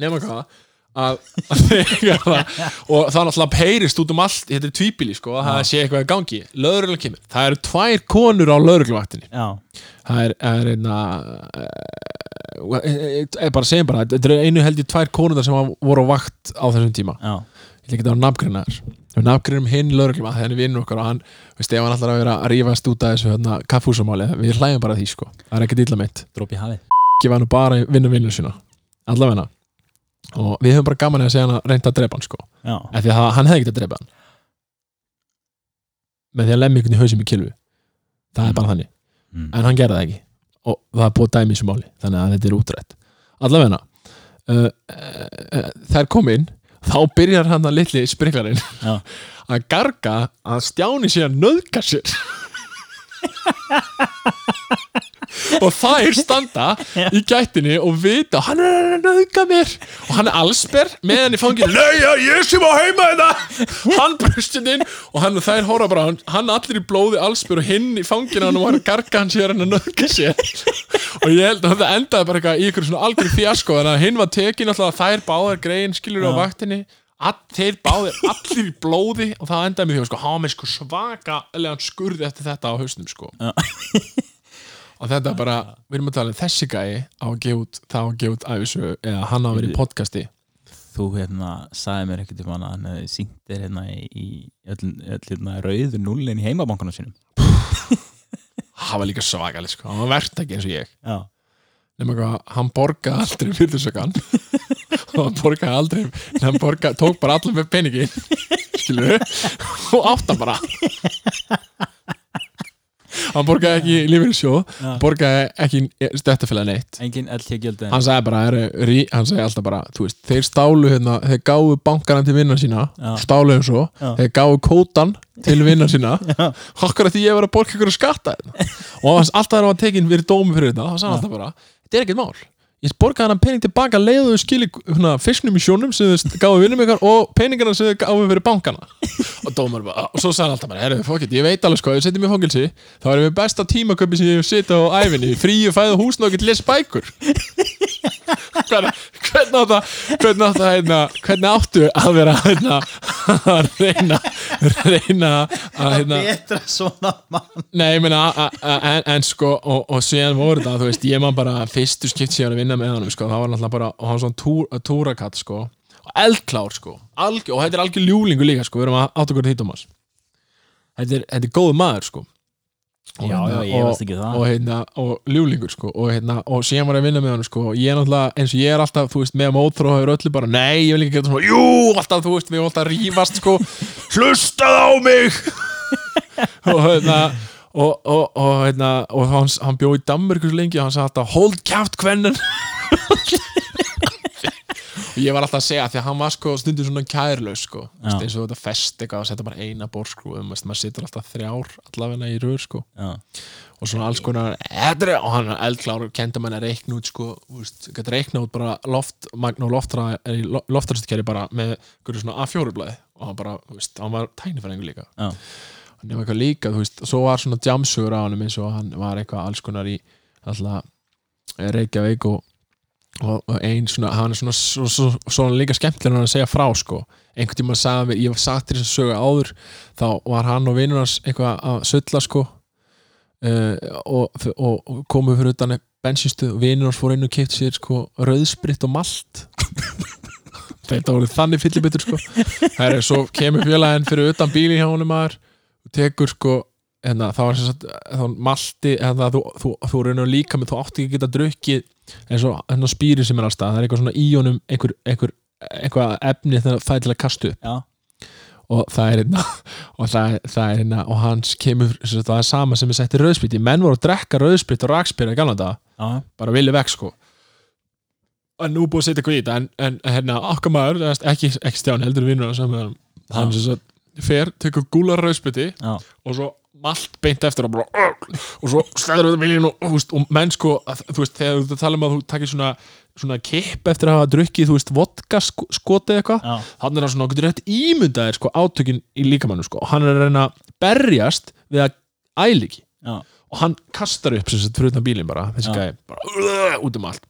A: nema hvað að, að þegar það og það náttúrulega peyrist út um allt þetta er tvíbili sko, að það sé eitthvað í gangi löðreglan kemur, það eru tvær konur á löðregluvaktinni
B: já,
A: það er, það er einna ég bara segjum bara þetta er einu held ég tvær konundar sem að voru á vakt á þessum tíma,
B: já,
A: ég líka þetta á nafngrina þér um við nafngrinum hinn lögreglum að henni vinnur okkar og hann, veist, ef hann allar að vera að rífast út af þessu hérna, kaffúsamáli, við hlæjum bara að því sko það er ekkert illa meint,
B: dróp í hafið
A: ekki var nú bara að vinna vinnu sína, allavegna og við höfum bara gaman að segja hann að reynda að drepa hann sko,
B: Já,
A: af því að það- hann hefði ekki að drepa hann með því að lemja ykkur í hausum í kilvu það er bara þannig
B: mm.
A: en hann gerði það ekki og það er búið dæmi í þessu máli þannig að þetta er útrætt allavegna uh, uh, uh, þær kom inn þá byrjar hann að litli spriklarinn
B: Já.
A: að garga að stjáni sé að nöðka sér og þær standa í gættinni og vita hann er að nöðka mér og hann er allsber með hann í fangin Nei, já, ég sem á heima þetta hann brustið inn og hann og þær horfa bara á hann, hann allir í blóði allsber og hinn í fangin hann og hann garga hann sér hann að nöðka sér og ég held að það endaði bara eitthvað í ykkur svona algjör fjasko þannig að hinn var tekin alltaf að þær báðar greiðin skilur á vaktinni all, þeir báðir allir í blóði og það endaði mjög sko, hann var með sko svaka skurði eftir þetta á hausnum sko og þetta er bara, við erum að tala um þessi gæi á að gefa út, það á að gefa út æfisögu eða hann á að vera í podcasti
B: Þú hérna sagði mér ekkert um hann að hann hefði syngt þér hérna í, í öll, öll hérna rauðu nullin í heimabankunum sínum
A: það var líka svakalig sko, hann var verkt ekki eins og ég
B: Já,
A: nema hvað, hann borgaði aldrei fyrir þessu kann hann borgaði aldrei en hann borgaði, tók bara allir með peningin skilur og átta bara hann borgaði ekki lífið sjóð
B: Já.
A: borgaði ekki stöttafélag neitt
B: engin LT-gjöld
A: hann sagði bara, er, rí, hann sagði alltaf bara þú veist, þeir stálu hérna, þeir gáfu bankarann til vinnar sína,
B: Já.
A: stálu þeim svo
B: Já.
A: þeir gáfu kótan til vinnar sína okkur að því ég var að borga ykkur að skatta hérna. og hann- alltaf þegar hann var tekinn fyrir dómi fyrir þetta, hann sagði alltaf bara þetta er ekkert mál, ég borgaði hann pening tilbaka leiðu þau skili hérna, fisknum í sjónum sem þau gáfu vinnum ykkar og peningana sem þau gáfu fyrir bankana og dómar bara, og svo sagði hann alltaf bara, herru, fokkit, ég veit alveg sko, ef ég setjum í fangilsi þá erum við besta tímaköpi sem ég hef setið á æfinni fríu fæða húsn og get les bækur hvernig hvern átt að hvernig átt að hérna, hvernig áttu að vera hérna, að reyna reyna að hérna
B: Betra svona mann
A: nei, ég meina, a- a- en, en sko og, og síðan voru það, þú veist, ég man bara fyrstu skipt síðan að vinna með honum, sko, það var náttúrulega bara, og hann var svona túr, túrakatt, sko og eldklár, sko, algjör, og þetta er algjör ljúlingu líka, sko, við erum að átt okkur því, Thomas þetta er, þetta er góð maður, sko Og
B: Já, já,
A: hérna,
B: ég
A: og-
B: veist ekki það
A: og, hérna, og ljúlingur sko, og, hérna, og síðan var ég að vinna með hann sko, og ég er náttúrulega, eins og ég er alltaf, þú veist, með mótró hefur öllu bara, nei, ég vil ekki gera þetta svona jú, alltaf, þú veist, við erum alltaf að rífast sko, hlustað á mig og hérna og, og, og, hérna, og hans, hann bjó í Danmörku svo lengi og hann sagði alltaf hold kjátt kvennin og ég var alltaf að segja því að hann var sko stundum svona kærlaus sko Þú veist,
B: Já.
A: eins og þetta fest eitthvað að setja bara eina borskruðum maður situr alltaf þrjár allavegna í rör sko
B: Já,
A: og svona alls konar "Þetta er-" og hann er eldklár og kendi mann að reikna út sko, úst, gæti reikna út bara loftmagn og loftra er í loftrastkerri bara með einhverju svona A4 blæði og hann bara, þú veist, hann var tæknifæringur líka
B: já,
A: og nema eitthvað líka, þú veist, svo var svona jamsugur á hann eins og hann var eitthvað alls konar í alltaf eh, Reykjavík og, og, og ein svona, hann er svona svo, svo, svona líka skemmtilega hann að segja frá sko einhvern tímann sagði hann við, ég hef sagt þér þess að sögu áður þá var hann og vinnur hans eitthvað að sulla sko uh, og, og, og komu fyrir utan bensinstu og vinnur hans fór inn og keitt sér sko rauðspritt og malt þetta voru þannig fyllibittur sko Herri, svo kemur félaginn fyrir utan bíli hjá honum maður og tekur sko hérna, það var sem sagt þá malti, hérna, þú, þú, þú, þú reynir líka með þú átti ekki að geta drukkið eins og hérna spýri sem er allstað, það er eitthvað svona í honum einhver, einhver, einhver efni þegar það er til að kastu upp
B: já,
A: og það er hérna og, það, er- það er, hérna, og hans kemur sem sagt, það er sama sem er sett í rauðspýti menn voru að drekka rauðspýti og rakspýra í galanda
B: já,
A: bara vilja vekk sko en nú er búið að setja eitthvað í þetta en, en hérna okkar maður, eða ekki, ekki Stján heldur vinnur hans hann, hann sem sagt, fer, tekur gúlar rauðspiti
B: já,
A: og svo malt beint eftir og, bara, og svo sleður við viljum og, þú veist, og menn sko, að, þú veist, þegar þú ert að tala um að þú takir svona svona kipp eftir að hafa drukkið, þú veist, vodka sko, skotið eitthvað,
B: já,
A: hann er að svona okkur rétt ímyndaðir sko átökin í líkamannu sko og hann er að reyna að berjast við að æliki
B: já,
A: og hann kastar upp sem sagt fyrir utan bílinn bara þessi
B: Já.
A: gæði, bara út um allt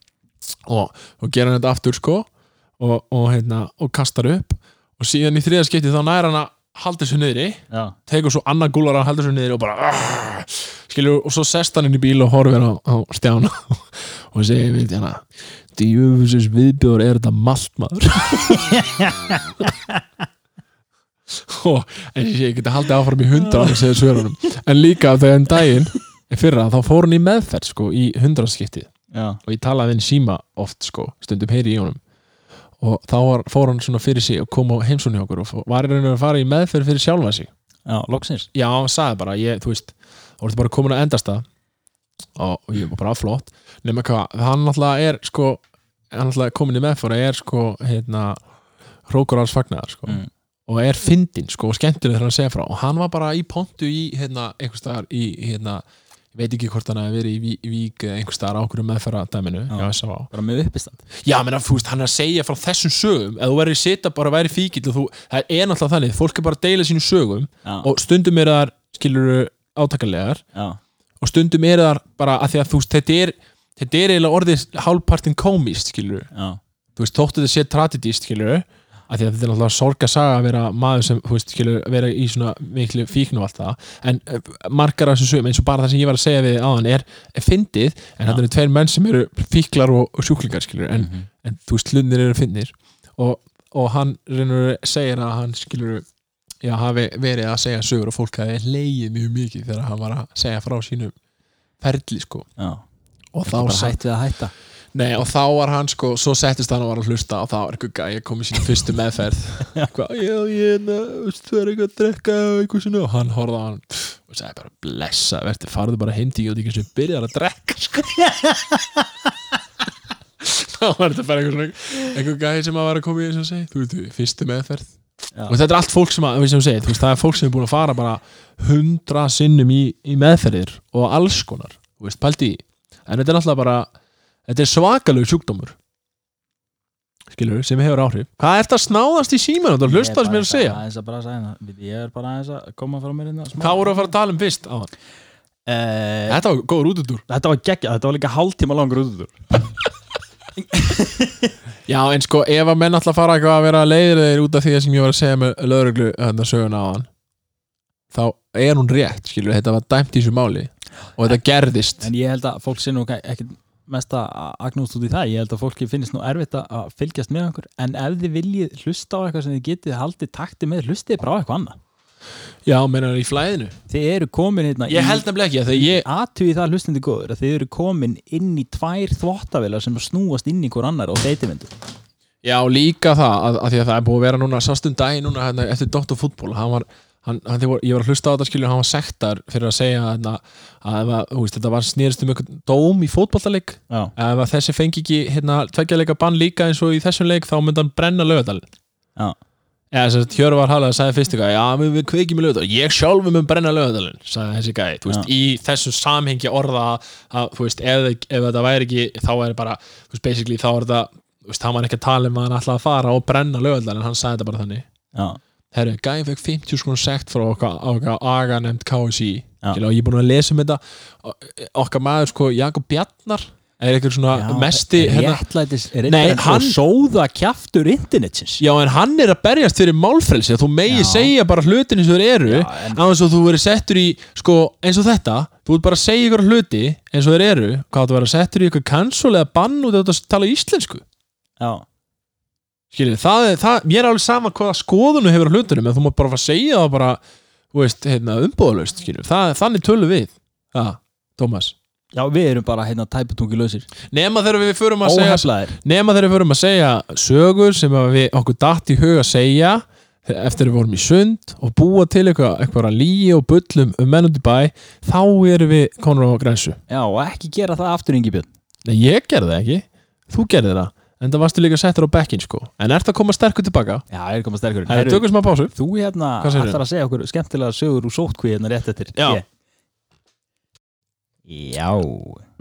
A: og, og gera hann þetta aftur sko og, og, hérna, og kastar upp og síðan í þriða skipti þá nær hann að halda þessu niðri
B: já,
A: tekur svo annað gúlar hann heldur svo niður og bara "Arr!" skilur og svo sest hann inn í bíl og horfir á, á stjána og segir við hérna djöfusins viðbjóður er þetta maltmaður og en ég sé, ég geti haldið áfram í hundra og segir svörunum en líka þegar um daginn í fyrra þá fór hann í meðferð sko í hundraðskiptið
B: já,
A: og ég talaði við hann síma oft sko stundum heyri í honum og þá var, fór hann svona fyrir sig og kom á heimsóni okkur og fó- var í rauninu að fara í meðferð fyrir sjálfa sig
B: já, loksins
A: já, hann sagði bara, ég, þú veist þá ertu bara komin að endast það og, og ég var bara flott nema hvað, hann náttúrulega er sko hann náttúrulega er komin í meðfóra er sko hérna, hrókur alls fagnaðar sko
B: Mm.
A: og er fyndinn sko og skemmtileg þegar hann segja frá og hann var bara í pontu í hérna, einhvers staðar í hérna, ég veit ekki hvort hann hefði verið í Ví- Vík eða einhvers staðar á okkur meðfæra dæminu
B: Já.
A: já, já,
B: bara með uppistand
A: já menna, þú veist, hann er að segja frá þessum sögum eða þú verður í sita bara væri fíkil og þú, það er náttúrulega þannig, fólk er bara að deila sínum sögum
B: já,
A: og stundum eru þar skilur átakanlegar
B: já,
A: og stundum eru þar bara að því að þú veist þetta er, þetta er eiginlega orðið hálfpartin komist skilur,
B: já,
A: þú veist þóttu þetta sé tragedist skilur, að því að þetta er náttúrulega sorga saga að vera maður sem, þú veist skilur vera í svona miklu fíkn og allt það en eh, margar af þessum sögum eins og bara það sem ég var að segja við áðan er, er fyndið en þetta eru tveir menn sem eru fíklar og, og sjúklingar skilur, en,
B: Mhm.
A: en þú veist hlunir eru fyndnir og, og hann reynur segir að hann skilur já, hafi verið að segja sögur og fólk hafi leið mjög mikið þegar hann var að segja frá sínum ferli sko
B: já
A: og þá,
B: bara
A: sa-
B: hætt við að hætta
A: nei, og þá var hann sko, svo settist hann og var að hlusta og þá er gugga, ég kom í sín fyrstu meðferð eitthvað, já, ég er það er eitthvað að drekka og eitthvað svona og hann horfði á hann pff, og sagði bara, blessa, verður farðu bara heimdi og því sem byrjar að drekka sko. þá var þetta bara eitthvað svona eitthvað gæði sem að var að koma í þess að segja þú veit, þú, fyrstu meðferð
B: Já.
A: og þetta er allt fólk sem að, við sem segja, þú veist, það er fólk sem er búin að fara bara hundra sinnum í, í meðferðir og alls konar, þú veist, pældi í en þetta er náttúrulega bara þetta er svakalegu sjúkdómur skilur, sem hefur áhrif hvað ert að snáðast í símanum, þú hlust það sem ég er að segja
B: aðeins að bara segja það Við- ég er bara aðeins að koma frá mér hérna smá.
A: hvað voru að fara að tala um fyrst áðan?
B: Eh,
A: þetta var góður útudur
B: þetta var geggja þetta var líka hálftíma langur út
A: já, en sko, ef að menn alltaf fara eitthvað að vera leiðilegir út af því sem ég var að segja með lögreglu hérna söguna áðan þá er hún rétt, skilur, þetta var dæmt í þessu máli og þetta gerðist
B: En ég held að fólk sé nú ekki mest að agnúst út í það, ég held að fólki finnist nú erfitt að- að fylgjast með okkur en ef þið viljið hlusta á eitthvað sem þið getið haldið takti með, hlustið bara á eitthvað annað
A: já, mennar í flæðinu
B: Þið eru komin hérna
A: ég held nefnilega ekki, þegar
B: í
A: ég
B: aðtugið það hlustandi góður að þið eru komin inn í tvær þvottavilar sem snúast inn í hver annar á deitivindu
A: Já, líka það, að, að því að það er búið að vera núna sástum daginn núna hérna, eftir Dr. Fútból hann var, hann, hann, þegar ég var að hlusta á þetta skilju hann var sektar fyrir að segja hérna, að ef að, þú veist, þetta var snýrist um einhvern dóm í fótballtaleik,
B: Já,
A: ef að þessi fengi ekki hérna, tveggjaleika bann líka eins og í þessum leik þá myndi hann brenna lögadal
B: já,
A: eða þess að Hjörvar Hallega sagði fyrst eitthvað já, við, við kveikjum í lögadal, ég sjálfum um brenna lögadalinn sagði þessi gæði, þú veist,
B: Já.
A: í þessu samhengi orða að, þú veist, ef, ef þetta væri ekki, þá er bara, þú veist, basically þá er þetta, þú veist, hann var ekki að tala um að hann ætlaði að fara og brenna lögadalinn, hann sagði þetta bara þannig
B: já,
A: herru, gæði fekk 50 skon sekt frá okkar, okkar aga nefnd KSI
B: Já.
A: Skilja, og ég er búin að lesa um þetta O- okkar maður, sko, Jakob Bjarnar er eitthvað svona
B: já
A: mesti hérna,
B: Réttlætis
A: Nei,
B: Nei,
A: hann-
B: hann Sóða kjaftur internetsins
A: Já, en hann er að berjast fyrir málfrelsi að þú megi
B: Já.
A: segja bara hlutin eins og þeir eru
B: Já,
A: en...
B: en-
A: eins og þú verið settur í, sko, eins og þetta þú ert bara að segja ykkur hluti eins og þeir eru hvað þú verið settur í ykkur kansól eða bann út af þetta að tala íslensku
B: Já,
A: Skiljið, það er, það, mér er alveg sama hvaða skoðunu hefur á hlutunum en þú mátt bara fara að segja það bara, þú veist, hérna, umbúðalaust skiljið, það, þannig tölum við Já, Tómas
B: já, við erum bara hérna tæputungi lausir
A: Nema þegar við förum að segja
B: Óheflaðir
A: nema þegar við vorum að segja sögur sem að við okkur datt í hug að segja eftir við vorum í sund og búa til eitthvað, eitthvað líi og bullum um menn út í bæ þá erum við konur á græsu
B: Já, og ekki gera það aftur yngi björn
A: Nei, ég gerði það ekki, þú gerði það en það varstu líka settur á bekkin sko en ert að koma sterkur tilbaka
B: Já, ég er komað sterkur
A: Það er tökum smá pásu
B: Þú hérna
A: Hvað segirðu?
B: ætlar að segja okkur skemmtilega sögur úr sótkví hérna rétt eftir
A: Já.
B: Ég, Já
A: Já,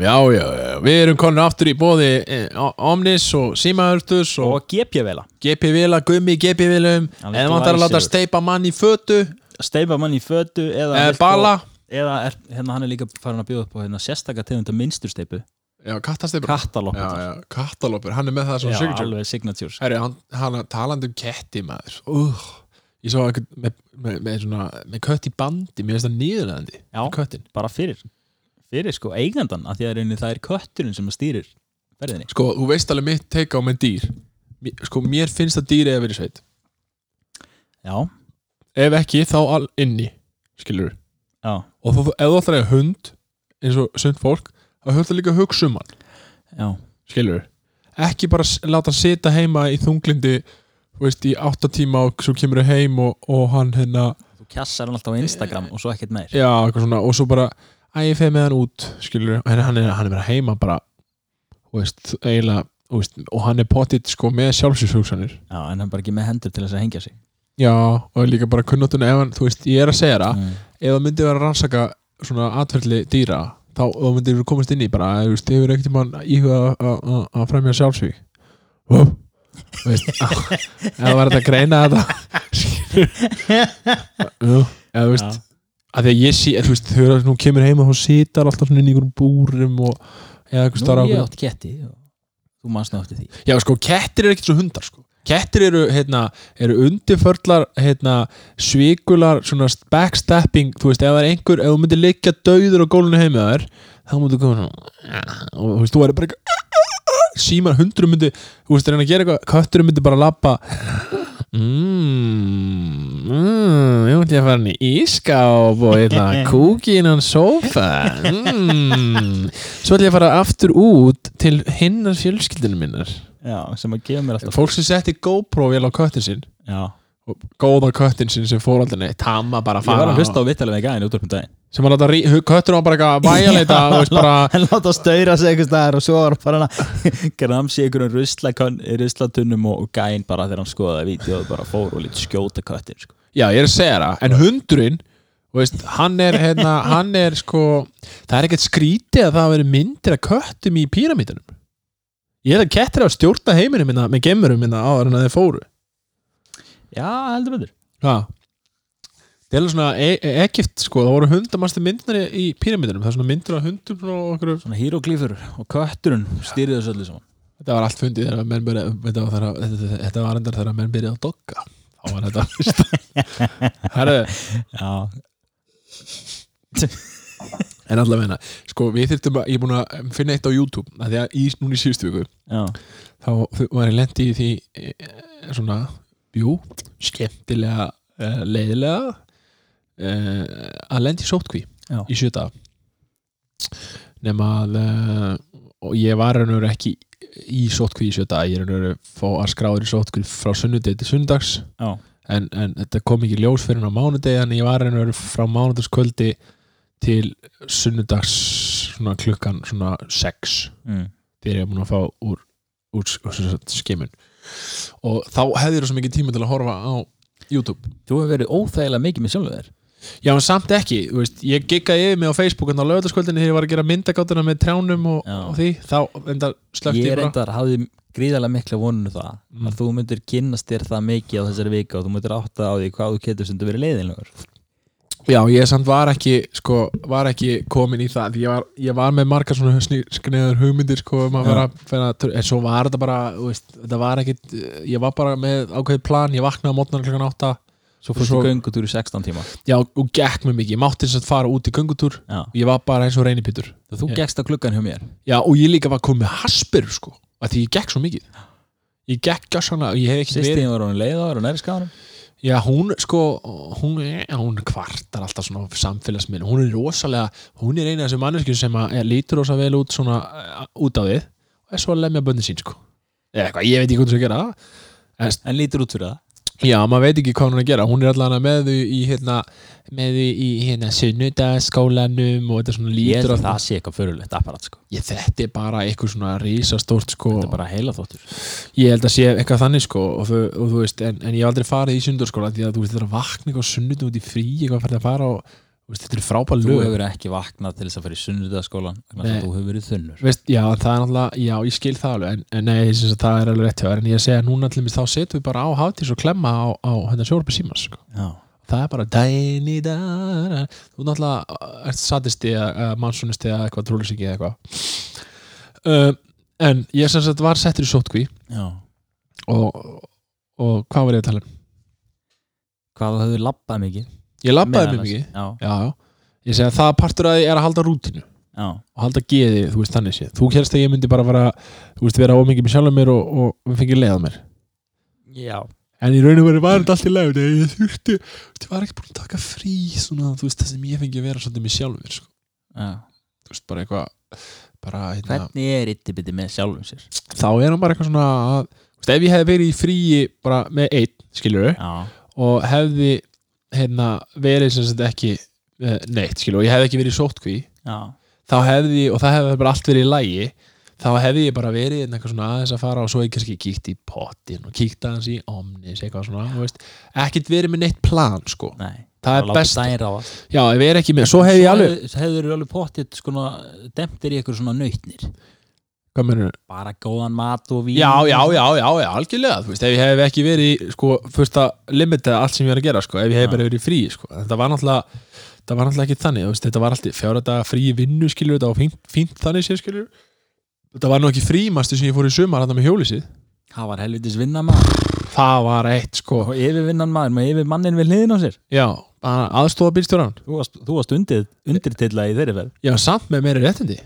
A: já, já, við erum konur aftur í bóði eh, O- Omnis og Simaörtus og
B: Og GP-vela
A: GP Vila, Gummi, GP Vilum
B: Hann
A: eða
B: vill
A: vantar að láta
B: læsiður.
A: steipa mann í fötu
B: Steipa mann í fötu Eða,
A: eða
B: viltu-
A: Eh, bala
B: eða er, hérna, hann er líka farin að bjóða upp á hérna, sérstaka tegunda minnstusteipu
A: Já, kattasteipur já, Eh,
B: Katalópa
A: já, Kattalopur, hann er með það svona signature
B: alveg signatures
A: Herri, hann, hann talandi um ketti maður uh, Ég svo eitthvað með, með, með, svona, með kött í bandi mér finnst það nýðurlegandi
B: Já.
A: köttin
B: bara fyrir, fyrir sko eigandan að því að rauninni það er kötturinn sem að stýrir ferðinni
A: Sko, þú veist alveg mitt teika á með dýr Mér- Sko, mér finnst það dýr eða verið sveit
B: já,
A: Ef ekki, þá all inni Skilur
B: já,
A: Og þú, ef þú ætlar að eiga hund eins og sund fólk, þá höfðu líka að hugsa um hann
B: já,
A: Skilur Ekki bara s- láta hann sita heima í þunglindi Þú veist, í átta tíma og svo kemur þau heim og, og hann hérna
B: þú kjassar hann alltaf á Instagram og svo ekkert meir
A: Já, eitthvað svona og svo bara Æ, ég feð með hann út, skilur hann, hann, er, hann er bara heima bara þú veist, eiginlega, þú veist, og hann er pottitt sko með sjálfsinsugsanir
B: já, en hann er bara ekki með hendur til þess að hengja sig
A: Já, og líka bara kunnotun ef hann, þú veist, ég er að segja það
B: mm.
A: ef það myndi vera að rannsaka svona atferðli dýra þá þá myndi við komast inn í bara þú veist, hefur ekkert mann íhuga að- að- að fremja sjálfsvík Hú, þú veist, á- eða var þetta að greina þetta Jú, eða þú veist
B: Já.
A: að því að ég sé, þú veist, þegar nú kemur heima þá sitar alltaf svona inn í einhverjum búrum og eða eitthvað
B: nú
A: starra
B: er ég átt ketti og þú manst nú eftir því
A: Já, sko, kettir eru ekkert svo hundar, sko Kettir eru, hérna, eru undirförlar hérna, svikular svona backstapping, þú veist, ef það er einhver ef þú myndir liggja döður á gólunni heim með þær þá myndir þú koma svona og þú veist, þú er bara eitthvað símar hundurum myndi, þú veist, reyna að gera eitthvað kötturum myndi bara lappa mmm mmm, ég ætla ég að fara hann í ískáp og hérna, kúki innan sofa mmm svo ætla ég að fara aftur út til hinnar fjölskyldinu minnar
B: já, sem að gefa mér alltaf
A: fólk sem setti GoPro vel á köttin sinn
B: já. og
A: góða köttin sinn sem fóraldinni tama bara
B: ég var
A: fara
B: að hlusta á vittalega með gæðin út upp um daginn
A: sem að láta rí- hu- köttur á bara eitthvað að bæjaleita og veist bara
B: hann láta stöyra sig einhvers staðar og svo var hann bara hann gramsi einhverjum ruslakönn- ruslatunnum og og gæinn bara þegar hann skoðaði vídeo og bara fór og lítið skjóta köttin sko.
A: já ég er að segja það en hundurinn þú veist, hann er hérna hann er sko það er ekkert skrítið að það hafa verið myndir að köttum í píramítunum ég held að kettir hafa stjórna heiminum minna, með gemurum minna áður en að þeir fóru
B: já, heldur betur
A: Já Það er alveg svona e e Egypt sko, það voru hundamastu myndnar í- í píramítunum, það er svona myndir af hundum og okkur,
B: svona híroglífur og kötturinn stýrið þessu öllu saman
A: þetta var allt fundið þegar menn byrja, þetta var, þegar, þetta, þetta var endar þegar menn byrjaði að dogga þá var þetta fyrst Herðu,
B: já,
A: en allavega sko, við þyrftum að, ég er búin að finna eitt á YouTube, að því að í, núna í síðustu viku
B: já,
A: þá var ég lendi í því e, svona, jú skemmtilega, e, leiðilega e, að lendi í sótkví
B: Já.
A: í sjöta nema að e, og ég var raunur ekki í sótkví í sjöta, ég raunur fá að skráður í sótkví frá sunnudegi til sundags
B: já,
A: en, en þetta kom ekki í ljós fyrir hann á mánudegi en ég var raunur frá mánudagskvöldi til sunnudags svona klukkan svona 6
B: mm.
A: þegar ég er búin að fá úr, úr, úr skimun og þá hefði ég svo mikið tíma til að horfa á YouTube.
B: þú hefur verið óþægilega mikið með sjálfur þér
A: Já, en samt ekki, þú veist, ég giggaði yfir mig á Facebook en á lögataskvöldinni þegar ég var að gera myndagáttina með trjánum og,
B: Já.
A: og því, þá enda slökti
B: ég
A: ég bara.
B: reyndar hafði gríðarlega mikla vonu það
A: Mm.
B: að þú myndir kynnast þér það mikið á þessari vika og þú myndir átta á því hvað þú getur sem þú verið leiðinlegur
A: Já, ég samt var ekki, sko, var ekki komin í það, því ég var, ég var með margar svona skneður hugmyndir, sko, um að
B: Já.
A: vera, vera, en svo var þetta bara, þú veist, þetta var ekkit, ég var bara með ákveðið plan, ég vaknaði mótnar klokkan átta,
B: svo
A: fórstu
B: fórstu svo... göngutúr í 16 tíma
A: já, og gekk mér mikið, ég mátti þess að fara út í göngutúr,
B: já.
A: ég var bara eins og reynipítur
B: þú
A: Ég-
B: gekkst á klukkan hjá mér
A: já og ég líka var komið með haspir sko að því ég gekk svo mikið ég gekk gjössanlega og ég hef ekki verið
B: sýstíðin var hún leið á, var hún næri skáðanum
A: já hún sko hún, hún kvartar alltaf svona samfélagsminn hún er rosalega hún er eina af þessum manneskjum sem að, er, lítur rosa vel út svona eh, út á við og er svo að lemja bönnir sín sko eða eitthvað ég veit ekki hvað þú að gera
B: en lítur út fyrir það
A: já maður veit ekki hvað hún er að gera hún er allavega með því í hérna með því í hérna sunnudagsskólanum og þetta svona
B: ég
A: lítur
B: held að
A: alltaf-
B: það sé eitthvað förulegt apparat sko.
A: ég þetta er bara eitthvað svona risastórt sko
B: þetta er bara heila þóttur
A: Ég held að sé eitthvað þannig sko og þú, og sko, þú veist, en, en ég hef aldrei farið í sundurskóla því að þú veist þetta er að vakna eitthvað sunnudum út í frí eitthvað farið að fara og Þú veist, þetta er frábæð
B: Þú
A: lög
B: hefur ekki vaknað til þess að fara í sunnudaskólan vegna þess
A: Nei.
B: að þú hefur verið þunnur
A: Veist, já, en það er náttúrulega, já, ég skil það alveg en, en nei, ég syns að það er alveg rétt hjá þér, en ég segja núna til mér þá setjum við bara á hátís og klemma á, á hérna sjórpi símans sko.
B: Já,
A: það er bara dæni dæra þú náttúrulega uh, ert sadisti eða uh, mannsunisti eða eitthvað trúlisiki eða eitthvað uh, en ég sem sagt var settur í sótkví
B: já
A: og, og hvað var ég að tala um?
B: Hvað þú hefur labbað mikið
A: Ég labbaði
B: Meðal
A: mjög mikið,
B: annars. Já,
A: já, já ég segja það partur að því er að halda rútinu
B: já,
A: og halda geði, þú veist, þannig séð þú kérst að ég myndi bara vera, þú veist, vera ómikið með sjálfum mér og, og við fengið leiða mér
B: já
A: En í raun og veru var þetta allt í lagi Nei, ég þurfti, þú veist, ég var ekki búin að taka frí Svona, þú veist, það sem ég fengi að vera svolítið mér sjálfur sko. Þú veist, bara eitthvað bara, hérna,
B: Hvernig er yttibiti með sjálfum sér?
A: Þá er hann bara eitthvað svona að, þú veist, Ef ég hefði verið í fríi bara með einn, skilur
B: Já,
A: Og hefði, hérna, verið sem sagt ekki eh, neitt, skilur Og ég hefði ekki verið í sótkví
B: já,
A: Þá hefði, og það hefði bara allt verið í lagi Þá hefði ég bara verið hérna, eitthvað svona aðeins að fara og svo ég kannski kíkt í pottin og kíkt aðeins í omnis eitthvað svona, þú veist, ekkert verið með neitt plan, sko.
B: nei
A: það er
B: Láta
A: best
B: daginn ráðast.
A: já, ef ég er ekki með, svo hefði ég alveg
B: Svo hefur þú alveg pottitt sko demtir í eitthvað svona nautnir
A: hvað mennur
B: bara góðan mat og vín
A: já, já, já, já, já, algjörlega þú veist, ef ég hef ekki verið í, sko, fyrst að limitað allt sem ég var að gera, sko, ef ég hef
B: Já.
A: bara verið í frí sko, þetta var náttúrulega þetta var náttúrulega ekki þannig, þú veist, þetta var alltaf fjóra daga frí í vinnu, skilur, þetta var fínt, fínt þannig sér, skilur, þetta var nú ekki frímastu sem ég fór í sumar, hann með hjólísið
B: það var helvitis vinna maður
A: það var eitt, sko,
B: og yfirvinnan maður með yfir mannin við hliðin á sér
A: já aðstofa bílstjóran,
B: þú varst, þú varst undir, undirtilla í þeirri ferð
A: já, samt með meiri réttindi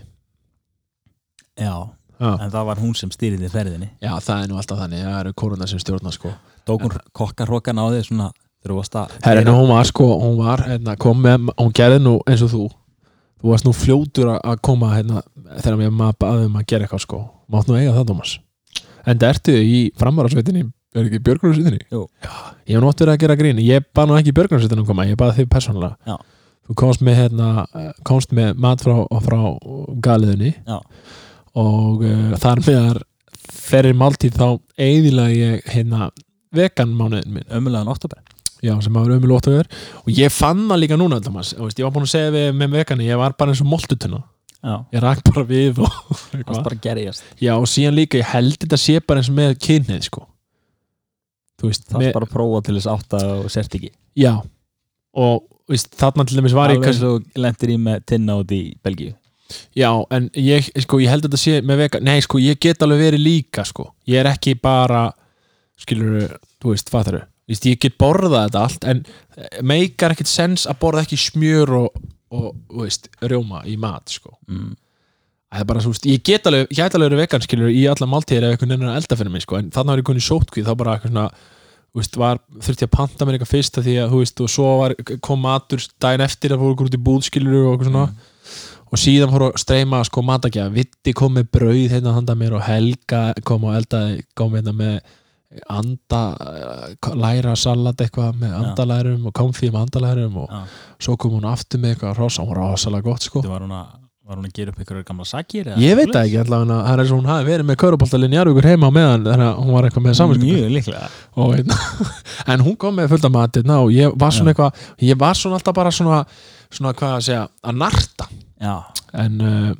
B: já,
A: já,
B: en það var hún sem stýriði ferðinni
A: já það er nú alltaf þannig, það eru korona sem stjórna, sko
B: tók hún kokkarhokkan á þig svona þegar þú varst að
A: Herri, nú, hún var sko, hún var hérna, kom með, hún gerði nú eins og þú þú varst nú fljótur að- að koma hérna, þegar mér maður baði um að gera eitthvað sko mátt nú eiga það, Thomas en það ertu í framvararsveitinni er ekki björgunarsveitinni?
B: Jú.
A: Já, ég hef nú oft verið að gera grín, ég bað nú ekki björgunarsveitinni um að koma, ég baði þig persónulega
B: Já.
A: þú komst með, hérna, eh, komst með mat frá, frá galiðinni
B: Já.
A: og uh, þar meðar þeirri máltíð þá eiginlega ég hérna veganmánuðin minn
B: ömulegan oktober
A: já, sem hafa ömul ótt að vera og ég fann það líka núna, Thomas Þú veist, ég var búin að segja við með vegani, ég var bara eins og moltutuna
B: já,
A: ég rak bara við og
B: það var bara gerjast
A: já, og síðan líka, ég held þetta sé bara eins og með kynnið, sko þú veist,
B: það var bara að prófa til þess átta og sért ekki
A: já og þú veist, þarna til dæmis var ég
B: alveg
A: kannski,
B: eins og lendir í með tinna út í Belgíu
A: já, en ég, sko, ég held þetta sé með vegani, nei, sko, ég get alveg verið líka, sko, ég er ekki bara skilur, þú veist, fattar Vist, ég get borðað þetta allt en eh, meikar ekkit sens að borða ekki smjör og, og þú veist, rjóma í mat sko.
B: mm.
A: Það er bara svo, veist, ég get alveg, ég get alveg verið vegan skilur í alla máltíðir ef eitthvað nefnir að elda fyrir mig sko, en þannig var ég kunni sótkvíð, þá bara eitthvað svona, þú veist, var, þurfti ég að panta mér eitthvað fyrst að því að, þú veist, og svo var, kom matur daginn eftir að fóru ykkur út í búð skilur og eitthvað svona, og síðan fóru að streyma sko matakja, Vitti kom með brauð hérna handa mér og Helga kom og eldaði, kom hérna með anda, eh, læra salat eitthvað með andalærum og komfí með andalærum og
B: Já.
A: svo kom hún aftur með eitthvað rosa, hún var rosalega gott sko
B: Þú var hún að var hún að gera upp ykkur gamla sakir
A: Ég veit það ekki allavega, það er eins og hún hafi verið með Köruboltalinn Jarvíkur heima á meðan þannig að hún var eitthvað með samvinskum
B: mjög líklega
A: en hún kom með fullt af matirna og ég var svona
B: Já.
A: eitthvað, ég var svona alltaf bara svona, svona hvað að segja, að narta
B: já,
A: en uh,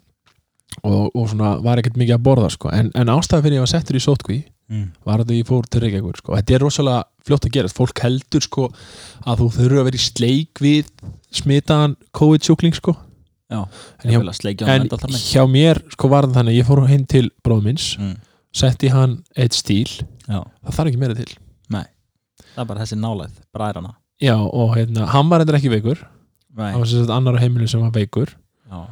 A: og, og svona var ekkert mikið að borða sko. en, en ástæða fyrir ég var settur í sótkví
B: mm.
A: var þetta ég fór til Reykjavíkur sko. þetta er rosalega fljótt að gera, fólk heldur sko, að þú þurfa að vera í sleik við smitaðan COVID-sjúkling sko.
B: já.
A: En
B: ég
A: hjá-
B: vil að sleikja hún
A: en
B: enda alltaf með
A: hjá mér sko, var það þannig, að ég fór heim til bróð minns
B: mm.
A: setti hann eitt stíl
B: já,
A: það þarf ekki meira til
B: það er bara þessi nálæð bræðrana
A: já, og hérna, hann var eitthvað ekki veikur það
B: Nei.
A: var sem sagt annar á heimilinu sem var veikur
B: já,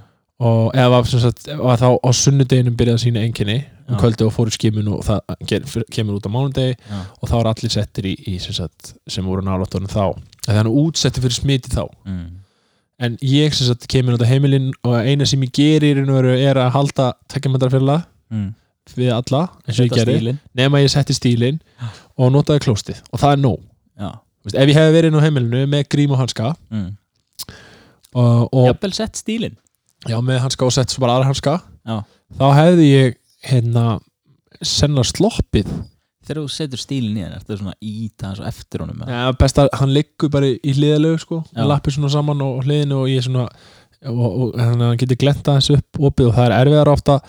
A: og eða var sem sagt var þá á sunnudeginum byrjaði að sína enginni um
B: Já.
A: kvöldi og fór í skimun og það ger- fyr- kemur út á mánudegi
B: já,
A: og þá er allir settir í, í sem sagt sem voru náláttunum þá þannig að hann útsetti fyrir smiti þá
B: mm.
A: en ég sem sagt kemur út á heimilin og eina sem ég geri í raun og veru er að halda tekjumöndarfélag
B: Mm.
A: við alla eins og ég
B: Þetta
A: gerði
B: stílinn.
A: nema ég setti stílin
B: Já.
A: og notaði klóstið og það er nóg
B: já,
A: Þú veist, ef ég hefði verið inn á heimilinu með grím og hanska
B: mm.
A: og, og já.
B: jafnvel sett stílin
A: með hanska og sett svo bara aðra hanska
B: Já.
A: þá hefði ég hérna senna sloppið
B: þegar þú setur stílinn í hann þetta er svona íta svo eftir honum eða?
A: ja, best að hann liggur bara í hliðalög sko,
B: Já.
A: og lappir svona saman á á hliðinu og ég er svona og, og, þannig að hann getur glenta þessu upp opið og það er erfiðar ofta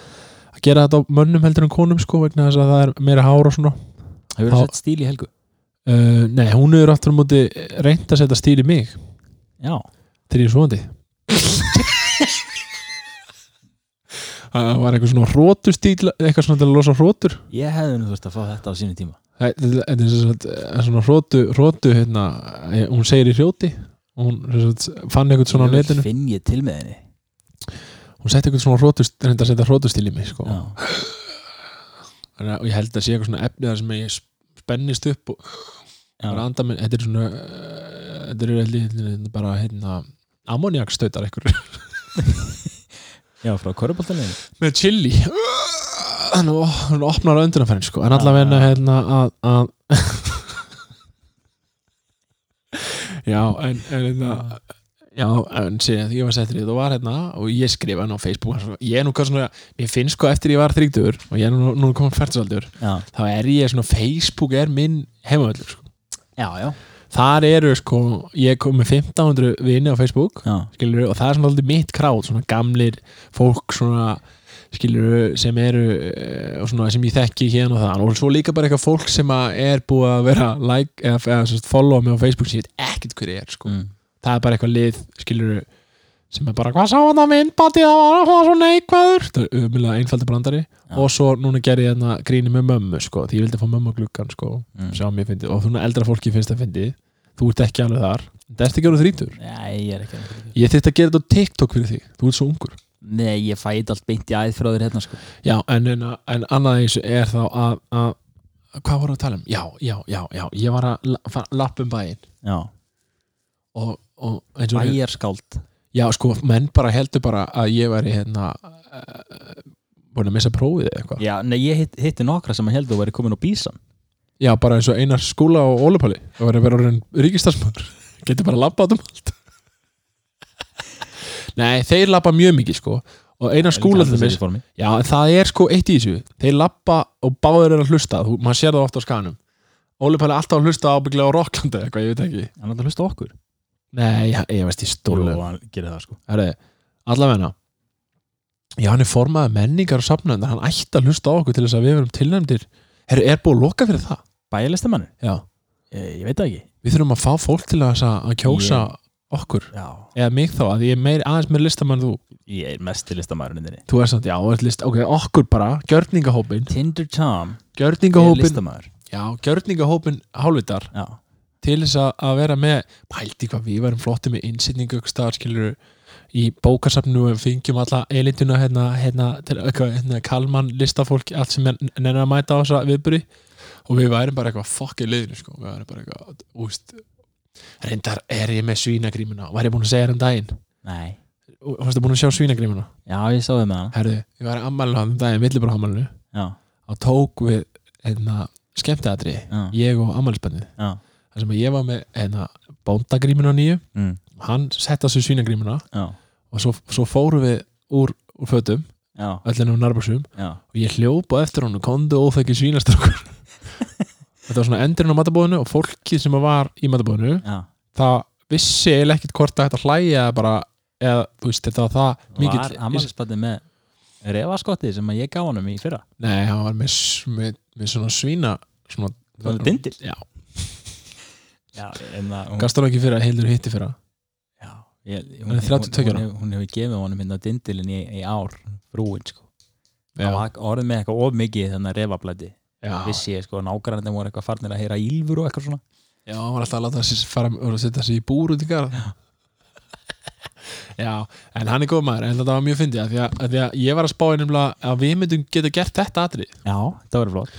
A: að gera þetta á mönnum heldur en konum sko, vegna þess að það er meira hár og svona
B: hefur
A: Þá-
B: þú sett stíl í helgu?
A: uh, nei, hún er aftur á móti reynd að setja stíl í mig
B: já,
A: þegar ég er svoandi það var eitthvað svona hrótustíl eitthvað svona til að losa hrótur
B: ég hefði nú þurft að fá þetta á sínu tíma
A: Æ, Þetta þetta er sem sagt, eh, svona hrótu, hrótu hérna, eh, hún segir í hrjóti og hún sem sagt, fann eitthvað svona á
B: Jöfull,
A: netinu
B: finn ég til með henni
A: hún setti eitthvað svona hrótust, reynda að setja hrótustil í mig sko.
B: já.
A: Þannig að- og ég held að sé eitthvað svona efni þar sem ég spennist upp og
B: Já.
A: bara anda minn, þetta er svona eh, þetta er held ég hérna, bara hérna ammoniakstötar eitthvað
B: já, frá korrupoltanleginu
A: með chili hann, hann opnar öndunarferðin sko. en
B: Já,
A: allavega
B: já.
A: hérna að, að já en, en hérna já, en síðan þegar ég var settur í þetta og var hérna og ég skrifa hann á Facebook hann svona, ég er nú hvað svona, ég finn sko eftir ég var þrítur og ég er nú, nú komin færtsaldur
B: já,
A: þá er ég svona, Facebook er minn heimavöldur sko.
B: já, já,
A: þar eru sko, ég kom með 1500 vini á Facebook
B: já.
A: skilur, og það er svona alltaf mitt kráð svona gamlir fólk svona skilur, sem eru eh, og svona, sem ég þekki hérna og það og svo líka bara eitthvað fólk sem að er búið að vera like, eða, eða sérst, follow mig á Facebook sem ég veit ekkert hver ég er sko.
B: Mm.
A: það er bara eitthvað lið skilur, sem er bara hvað sá hann að myndbandi það var hann var svo neikvæður það er umjöðlega einfaldi brandari
B: Já.
A: og svo núna gerði ég hérna gríni með mömmu sko, því ég vildi fá mömmu á gluggan sko,
B: Mm.
A: sjá mér fyndið og svona eldra fólki finnst það fyndið þú ert ekki alveg þar, þetta er ekki alveg þrítur
B: Nei, ég er ekki að nefna þetta.
A: Ég þyrfti að gera þetta á TikTok fyrir þig Þú ert svo ungur
B: Nei, ég fæ þetta allt beint í æð frá þér hérna sko.
A: Já, en, en, en annað eins er þá að, að Hvað voru að tala um? Já, já, já, já Ég var að la- fara- lappa um bæinn
B: Já,
A: og, og eins og
B: bæjarskáld
A: Já, sko, menn bara heldur bara að ég væri hérna uh, búin að missa prófið eða eitthvað
B: Já, nei, ég hitt, hitti nokkra sem að heldur að væri komin á bísan
A: Já, bara eins og Einar Skúla og Ólupalli og verið að vera orðin ríkistarsmöður Getur bara að lappa át um allt Nei, þeir lappa mjög mikið, sko og Einar Skúla til þess
B: Já,
A: Já, en það er sko eitt í þessu Þeir lappa og báður er að hlusta Þú, maður sér það ofta á skanum Óli Palli er alltaf að hlusta ábygglega á Rocklandi eða eitthvað, ég veit ekki
B: hann ætla að hlusta á okkur
A: Nei, ég, ég veist í stólu
B: hann gerir það sko
A: Allavegna Já, hann er formaður menningar og safnöndar Hann ætti að hlusta á okkur til þess að við verum tilnæmdir Herru, er búið að loka fyrir það?
B: Bæjarlistamann,
A: Já
B: ég, Eh, ég veit það ekki
A: Við þurfum að fá fólk til þess að, að kjósa okkur
B: Já,
A: Eða mig þá, að ég er meir, aðeins meir listamann en þú
B: ég er mest til listamannin þinni
A: Þú er samt, já, þú ert list, ok, okkur bara Gjörningahópin,
B: Tinder Tom er
A: gjörningahópin
B: listamæður
A: Já, gjörningahópin hálfvitar
B: Já,
A: til þess að, að vera með pældi hvað við varum flotti með innsetningu skilur í bókasafnu og við fengjum alla elituna hérna, hérna, til, eitthvað, hérna, kalman, listafólk allt sem nennar að mæta á þessa viðburi og við værum bara eitthvað fokkið liðinu sko, við værum bara eitthvað, úst reyndar er ég með svínagrímuna var ég búin að segja þér um daginn
B: nei
A: Og- varstu búin að sjá svínagrímuna
B: Já, ég sá þið með hann
A: herðu, ég var ammælinu hann um daginn, villi bara ammælinu
B: Já,
A: og tók við hérna, skemmtiðatri,
B: já,
A: ég og ammælisbennið
B: já
A: þar sem ég var með hérna, bóndagrímuna nýju
B: mm,
A: hann setta sér svínagrímuna
B: Já,
A: og svo, svo fórum við úr, úr fötum,
B: já,
A: öllinu úr nærbarsum
B: já
A: og ég hljópa eftir honum, kondu óþekki svínastrókur þetta var svona endurinn á matabóðinu og fólkið sem var í matabóðinu
B: Já,
A: það vissi eiginlega ekkert hvort að þetta hlæja eða bara, eða þú veist, þetta var það
B: var
A: mikill,
B: ammælisbandið með refaskotti sem að ég gaf honum í fyrra
A: nei, hann var með, s- með, með svona svína svona,
B: Það var dindil
A: já,
B: Já, en það hún,
A: gastur ekki fyrir að heilur hitti fyrir að
B: já, ég,
A: Hann er 32 ára.
B: hún, hefur- hún hefur gefið honum hérna dindilin í, í ár frúin sko Það
A: já,
B: var orðið með eitthvað of mikið þannig að refablæti
A: já,
B: Vissi ég sko, nágrannir voru eitthvað farnir að heyra ílfur og eitthvað svona
A: já, hann var alltaf að láta sér fara og setja sér í búr út í garð Já, en hann er góð maður en þetta var mjög fyndið af því að, af því að ég var að spá einumla að við myndum geta gert þetta atrið
B: Já, það verður flott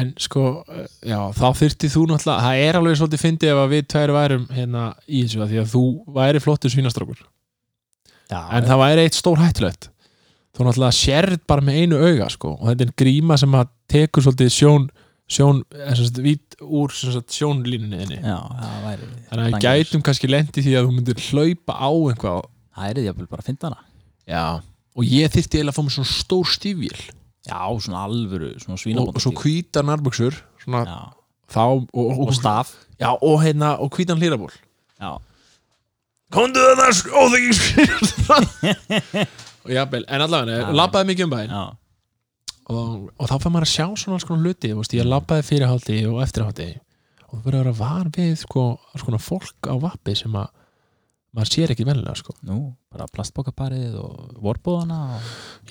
A: en sko, eh, já, þá þyrfti þú náttúrulega það er alveg svolítið fyndið ef að við tveir værum hérna í þessu af því að þú væri flottur svínastrókur
B: Já,
A: en það væri eitt stór hættulegt þú náttúrulega sérð bara með einu auga sko, og þetta er gríma sem að tekur svolítið sjón, sjón eh, sem sagt, vít úr sem sagt, sjónlínunni þinni.
B: já, það væri
A: þannig að við
B: Dangers.
A: gætum kannski lendi því að þú myndir hlaupa á einhvað
B: Það er því að bara að finna hana
A: já. og ég þyrfti eiginlega að fá mér svona stór stífjél
B: Já, svona alvöru, svona
A: og, og
B: svínabónd
A: svo hvítar nærböksur svona,
B: já,
A: þá, og, og,
B: og staf
A: já, og hérna, og hvítan hlýraból
B: já,
A: komdu það óþekking og jafnvel, en allavega,
B: Já.
A: ég labbaði mikið um bæinn
B: já,
A: og, og þá fann maður að sjá svona alls konar hluti, þú veist, ég labbaði fyrirhaldi og eftirhaldi og þú verður að vera var við sko, alls konar fólk á vappi sem að maður sér ekki venlega sko.
B: nú, bara plastbókaparið og vorbúðana og,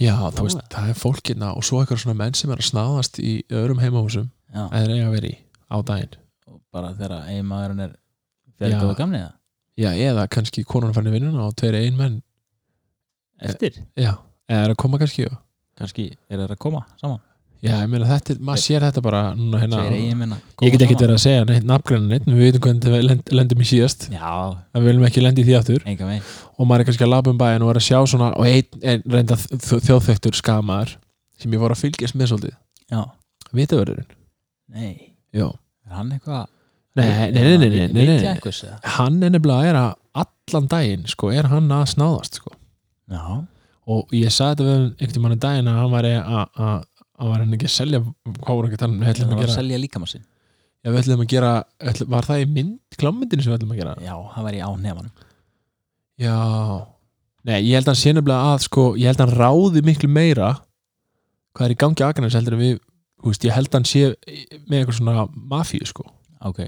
A: já, þá veist, það er fólkina og svo eitthvað svona menn sem er að snáðast í öðrum heimahúsum
B: já,
A: að þeir eiga að vera í á daginn
B: og bara þegar eiginmaðurinn er fyrir
A: Já.
B: góða gamniða
A: já, eða kannski konan fann í vinnuna og tveir ein menn, E-
B: eftir,
A: já, eða er að koma kannski og
B: kannski er það að koma saman
A: Já, ég meina þetta, er- maður sér þetta bara núna hérna
B: Tveir eiginmenn að koma
A: Ég get ekki
B: saman.
A: verið að segja neitt nafngræna neitt en við veitum hvernig við lend, lendum í síðast
B: já,
A: en við viljum ekki lendi í því aftur
B: enga megin
A: og maður er kannski að labba um bæinn og er að sjá svona og einn ein, reynda þjóðþektur skamaður sem ég voru að fylgjast með svolítið
B: já,
A: Vitavörðurinn
B: nei,
A: Já
B: er hann eitthvað
A: Nei, nei, nei, nei, nei, nei, nei,
B: Vitja
A: nei.
B: einhvers eða?
A: Hann er nefnilega er að allan daginn sko, er hann að snáðast sko.
B: já,
A: og ég sagði þetta við hann einhvern tímann í daginn að hann var að hann var henni ekki að selja hvað voru ekki að tala um við ætlum
B: hann
A: að
B: var að
A: gera
B: selja líkamassin
A: Já, við ætlum að gera, ætlum, var það í mynd klámyndinu sem við ætlum að gera?
B: já, hann var í ánefanum
A: Já Nei, ég held að hann sé nefnilega að sko, ég held að hann ráði miklu meira hvað er í gangi Akranes heldur en við þú veist, ég held að hann sé með eitthvað svona mafíu sko og
B: ok,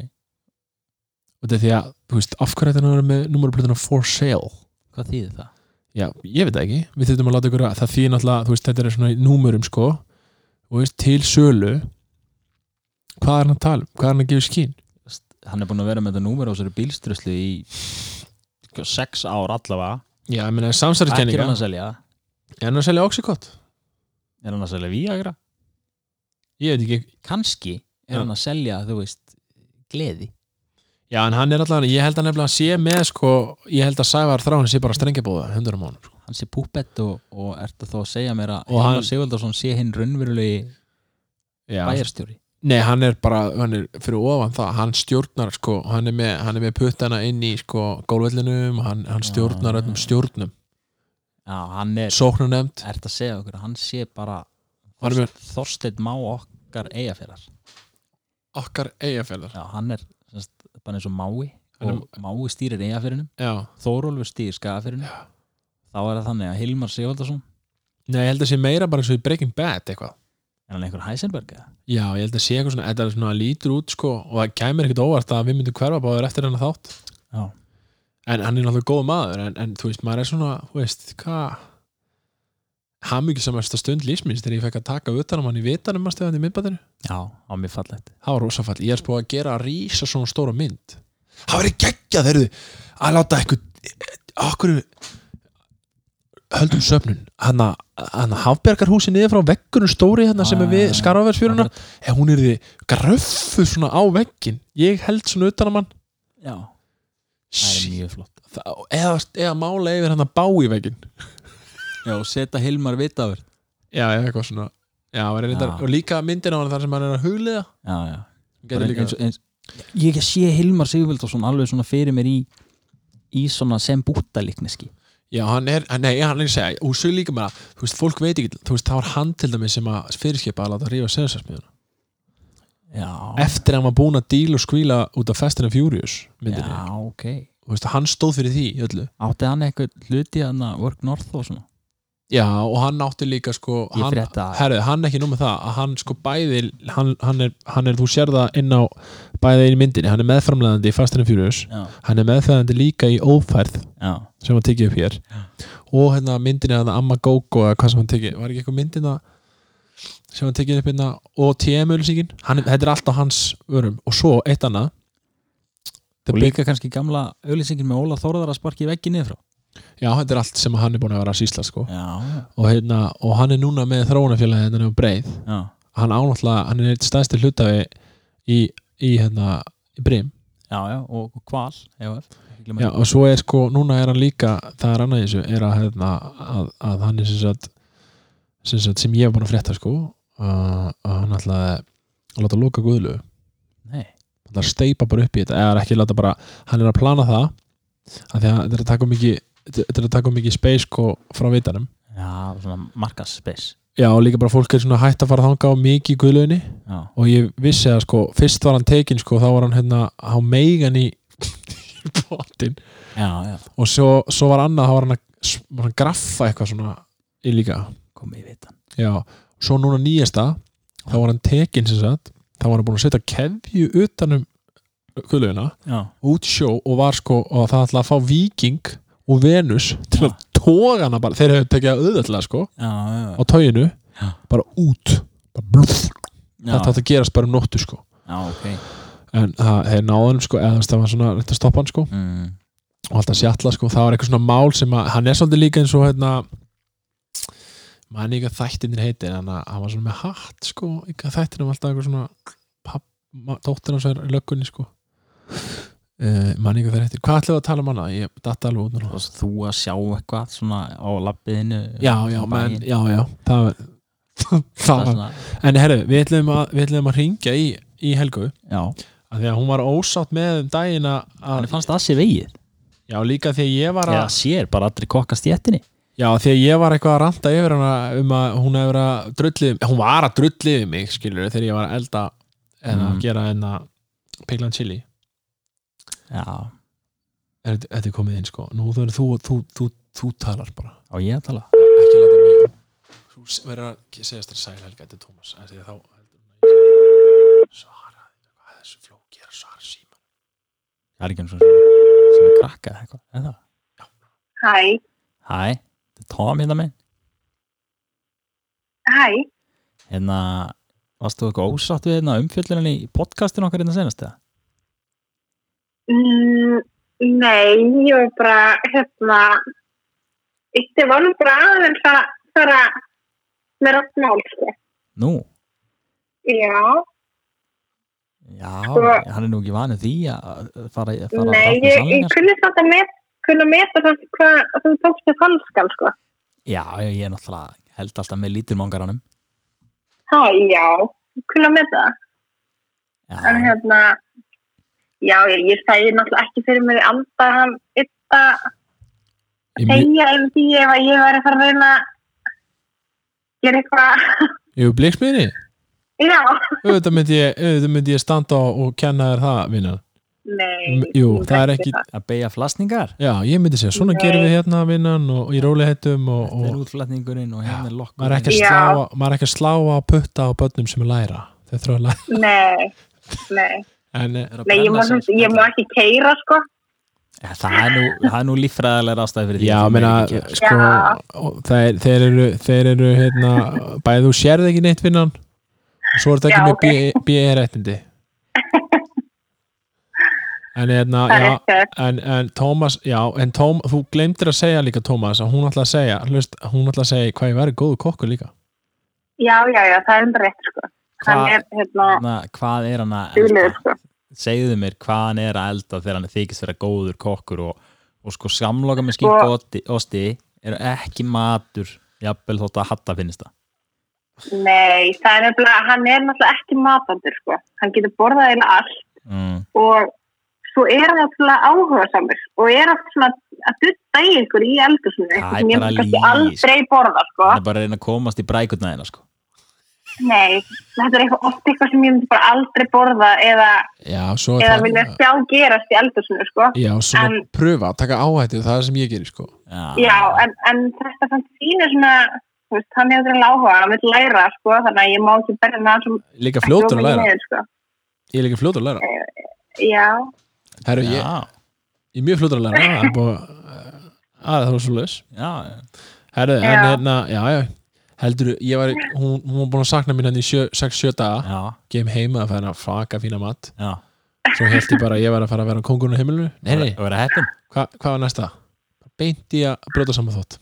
A: þetta er því að, þú veist, af hverju þetta er með numaraplötuna for sale
B: hvað þýðir það?
A: Já, ég veit það ekki, við þurfum að láta ykkur að það því náttúrulega, þú veist, þetta er svona í númurum sko og veist, til sölu hvað er hann að tala um, hvað er hann að gefa í skín
B: hann er búin að vera með þetta númer á þessari bílströslu í sko, sex ár allavega
A: Já, ég meina,
B: ekki er
A: samsæriskenninga
B: hann að selja
A: Er hann að selja oxykott?
B: er hann að selja Viagra
A: Ég veit ekki,
B: kannski er
A: Já.
B: hann að selja þú veist gleði
A: Já, en hann er allavega, ég held að nefnilega að sé með sko, ég held að Sævar Þráin sé bara strengjabóða hundur á mánu sko.
B: hann sé púpett og, og ertu þó að segja mér að
A: Og
B: Hilmar
A: hann-
B: Sigvaldarsson sé hinn raunverulegi bæjarstjóri
A: Nei, hann er bara, hann er fyrir ofan það, hann stjórnar sko, hann er með, hann er með puttana inn í sko gólvellinum, hann, hann stjórnar
B: Já.
A: öllum stjórnum,
B: já, hann er,
A: sóknum nefnd,
B: ertu að segja okkur að hann sé bara
A: Hann er
B: Þorsteinn Má okkar eigaférar
A: okkar eigafælar.
B: já, hann er semst, bara eins og Mái
A: Hann er-
B: og Mái stýrir eigaférinum
A: Já.
B: Þórólfur stýrir skagaférinum þá er það þannig að Hilmar Sigvaldarsson
A: Nei, ég held að sé meira bara svo í Breaking Bad eitthvað.
B: er hann einhver Heisenberg eða?
A: Já, ég held að sé eitthvað svona, þetta er svona lítur út sko og það kæmir ekkert óvart að við myndum hverfa báður eftir hennar þátt.
B: já,
A: en hann er náttúrulega góð maður en, en þú veist, maður er svona, þú veist, hvað hamingisamasta stund lífsminns þegar ég fekk að taka utanum hann í vitanum að stöðan í myndbæðinu,
B: já, á mér fallegt
A: það var rosafall ég er spúið að gera að rísa svona stóra mynd það verið geggjað, þeirðu að láta eitthvað okkur höldum söfnun hann að hafbergarhúsi niður frá vekkurinn stóri hérna sem er
B: Ah,
A: við skarafærsfjöruna ef hún er því gröffuð svona á veggin ég held svona utanum hann
B: já, það er mjög flott
A: Það- eða, eða mála yfir hann að bá í veggin
B: Já, setja Hilmar Vitavert
A: Já, eða eitthvað svona Já, hann er reyndar,
B: Já.
A: og líka myndin á hann þar sem hann er að hugliða
B: Já, já
A: Getur líka
B: eins, og- eins, Ég sé Hilmar Sigurvildarsson alveg svona fyrir mér í í svona sem búttalikneski
A: Já, hann er, nei, hann er að segja og svo líka með að, þú veist, fólk veit ekki þú veist, þá er hann til dæmi sem að fyrirskipa að láta rífa sensarsmiðuna
B: Já,
A: eftir að hann var búin að díl og skvíla út af Fast and Furious myndinni
B: já, ok
A: þú veist, hann stóð fyrir því í öllu
B: Átti hann eitthvað hluti hann að Work North og svona
A: Já, og hann átti líka sko
B: Ég
A: hann,
B: frétta það.
A: herðu, hann ekki nú með það að hann sko bæði, hann, hann, er, hann er þú sér það inn á bæði inn í myndinni hann er meðframlegandi í Fast and Furious
B: Já,
A: hann er meðframlegandi líka í Ófærð
B: já,
A: sem var tekið upp hér og hérna myndinni að Amma Gogo eða hvað sem hann tekið, var ekki eitthvað myndina sem hann tekið upp hérna og TM-ölsíkin, þetta er allt á hans vörum og svo eitt annað The
B: og
A: Big,
B: líka kannski gamla auðlýsingin með Óla Þórðar að sparki í veggi niður frá
A: já, þetta er allt sem hann er búin að vera að sýsla sko.
B: Já,
A: og, hérna, og hann er núna með þróunafélagi hérna og breið,
B: já,
A: hann ánáttúrulega hann er eitt stæðstir hlutafi í, í hérna, í breim
B: já, já og, og kval eða vel.
A: Já, og svo er sko, núna er hann líka það er annað í þessu, er að, hérna, að, að hann er sem sagt, sem sagt sem ég var búin að frétta sko að, að hann ætlaði að láta loka guðlu,
B: Nei,
A: hann ætlaði að steipa bara upp í þetta, eða ekki láta bara, hann er að plana það að því að þetta er að taka mikið þetta er að taka mikið space sko frá vitanum
B: já, svona markas space
A: já, og líka bara fólk er svona hætt að fara þanga á mikið í guðlauginni
B: já,
A: og ég vissi að sko, fyrst var hann tekin sko, þá var hann hérna á meigan í, í potin
B: já, já.
A: og svo, svo var annað, þá var hann að s- var hann að graffa eitthvað svona í líka
B: komið í vitan
A: Já, svo núna nýjasta þá var hann tekin sem sagt þá var hann búin að setja keðju utanum guðlaugina
B: já,
A: út í sjó og var sko og það ætlaði að fá viking og venus til að tóga hana bara, þeir hefur tekið að auðvitað sko
B: já, já,
A: á tóginu,
B: Já.
A: bara út bara bluff,
B: já,
A: þetta átti að gerast bara um nóttu sko
B: já, ok
A: en það hefði náðan sko, eða þú veist, það var svona reynt að stoppa hann sko
B: mm.
A: og alltaf sjalla sko, það var eitthvað svona mál sem að, hann er svolítið líka eins og hérna manni ekki að þættinir heiti en hann hann var svona með hatt sko ekki að þættinum alltaf eitthvað svona papp, ma- dóttir hans er í löggunni sko uh, manni ekki að það heitir hvað ætlum við að tala um hana? Ég datt alveg út núna
B: og þú að sjá eitthvað svona á labbiðinu
A: já, já, menn, já, já það, það var
B: svona,
A: en herru, við ætlum að, við ætlum að ringja í, í Helgu
B: já,
A: af því að hún var ósátt með um dagina að,
B: hann fannst það sér vegið
A: já, líka því að ég var að
B: já, sér bara allir kokkast í ettinni
A: Já, því að ég var eitthvað að ranta yfir hana um að hún hefur að drulli hún var að drulli við mig, skilur þegar ég var að elda eða
B: Mm.
A: að gera en að peilan chili
B: já,
A: er, Þetta er komið inn, sko Nú þú, þú, þú, þú, þú talar bara
B: á ég að tala
A: Ekki láta mig Þú s- verður að segja þér sæl Helga, þetta er Tómas af því að þá Svara, hvað er þessu flók gera svara síma
B: það er ekki eins og sem sem er krakka eða eitthvað, eða það
C: Hæ,
B: hæ, þetta er Tom hérna minn
C: hæ,
B: hérna, varst þú eitthvað ósátt við hérna umfjöllunin í podcastinu okkar hérna senast eða?
C: mm, nei, ég var bara, hérna, ég var nú bara aðeins að fara með rátt mál, sko.
B: nú,
C: Já,
B: já,
C: Sko-
B: hann er nú ekki vanið því að að fara, að fara
C: nei,
B: að
C: ég, ég kunni samt að met, kunni að meta samt hvað þú tókst þér falskal, sko.
B: já, já, ég er náttúrulega held alltaf með lítur mangaranum
C: Hæ, já, ég kunni að meta það. En
B: já,
C: hérna, já, ég, ég sæði náttúrulega ekki fyrir mér í anda að hann ytta
A: Ég, mi-
C: segja um því ef að ég væri að fara að reyna að gera eitthvað,
A: ég er blikksmiðinni
C: já.
A: auðvitað myndi, ég- auðvitað myndi ég standa og og kenna þér það, vinnan
C: Nei.
A: M- jú, það er ekki-
C: það.
B: að beigja flasningar
A: Já, ég myndi segja, svona
C: Nei.
A: gerum við hérna vinnan og í róliheitum og,
B: Þetta er
A: og
B: útflætningurinn og hérna er
A: maður er ekki
B: lokkurinn
A: að
C: Já.
A: slá maður er ekki að slá á putta á börnum sem er læra þau þurfa að læra
C: Nei, nei.
A: en, eh,
C: nei ég, má, samt- ég má ekki keira, sko.
B: Ja, það er nú, það er nú líffræðilega ástæði fyrir því
A: Já,
B: að þú
A: meina,
B: megir ekki gera.
A: sko
C: Já.
A: og þeir, þeir eru, þeir eru hérna, bæði þú sérð ekki neitt vinnan og svo er þetta
C: Já,
A: ekki með BE-rættindi En hérna,
C: Það er
A: já
C: rétt.
A: en, en Tómas, já, en Tóm, þú glemdir að segja líka Tómas að hún ætla að segja hlust, hún ætla að segja hvað ég verið góðu kokkur líka
C: Já, já, já, það er enda rétt, sko. Hann
B: Hva-
C: er, hérna,
B: Hérna, hvað er hann að elda
C: duglegur, sko.
B: segðu mér hvað hann er að elda þegar hann þykist vera góður kokkur og, og sko samloka með skinku og osti- osti eru ekki matur jafnvel þótt að hatta finnist það
C: Nei, það er nefnilega, hann er náttúrulega ekki matandur, sko. Hann getur borðað eða allt
B: mm,
C: og svo er hann náttúrulega áhuga samur og er oft svona að dutta í ykkur í eldusinu.
B: Það er
C: eitthvað sem ég
B: bara
C: myndi kannski
B: lygi,
C: Aldrei borða, sko.
B: hann er bara að reyna að komast í brækutnaðina sko.
C: Nei, þetta er eitthvað, oft eitthvað sem ég myndi bara aldrei borða eða,
A: Já, svo er
C: eða
A: það-
C: vilja sjá gerast í eldusinu, sko.
A: Já, svona
C: En-
A: pröfa, taka áhættu, það er það sem ég gerir sko
C: Já, en, en þetta samt sýnir svona, þú veist, hann hefur greið áhuga, hann vil læra, sko, þannig að ég má ekki berja með hann sem
A: Líka fljótur að
C: róminn í
A: læra,
C: niður, sko.
A: ég er líka fljótur að læra
C: Já,
A: Herru, ég,
B: já,
A: ég er mjög fljótur að læra Það er búið að- eh, að það var svo laus
B: já,
A: Herru, en
C: Já.
A: hérna, já, já Heldur, ég var, hún, hún var búin að sakna mín hann í 6-7 daga,
B: já,
A: geim heima að færa að faka fína mat,
B: já.
A: svo held ég bara að ég var að fara að vera kongurinn á heimilinu, nei, nei,
B: og vera heppin
A: hva, hvað var næsta? Beinti að brjóta saman þótt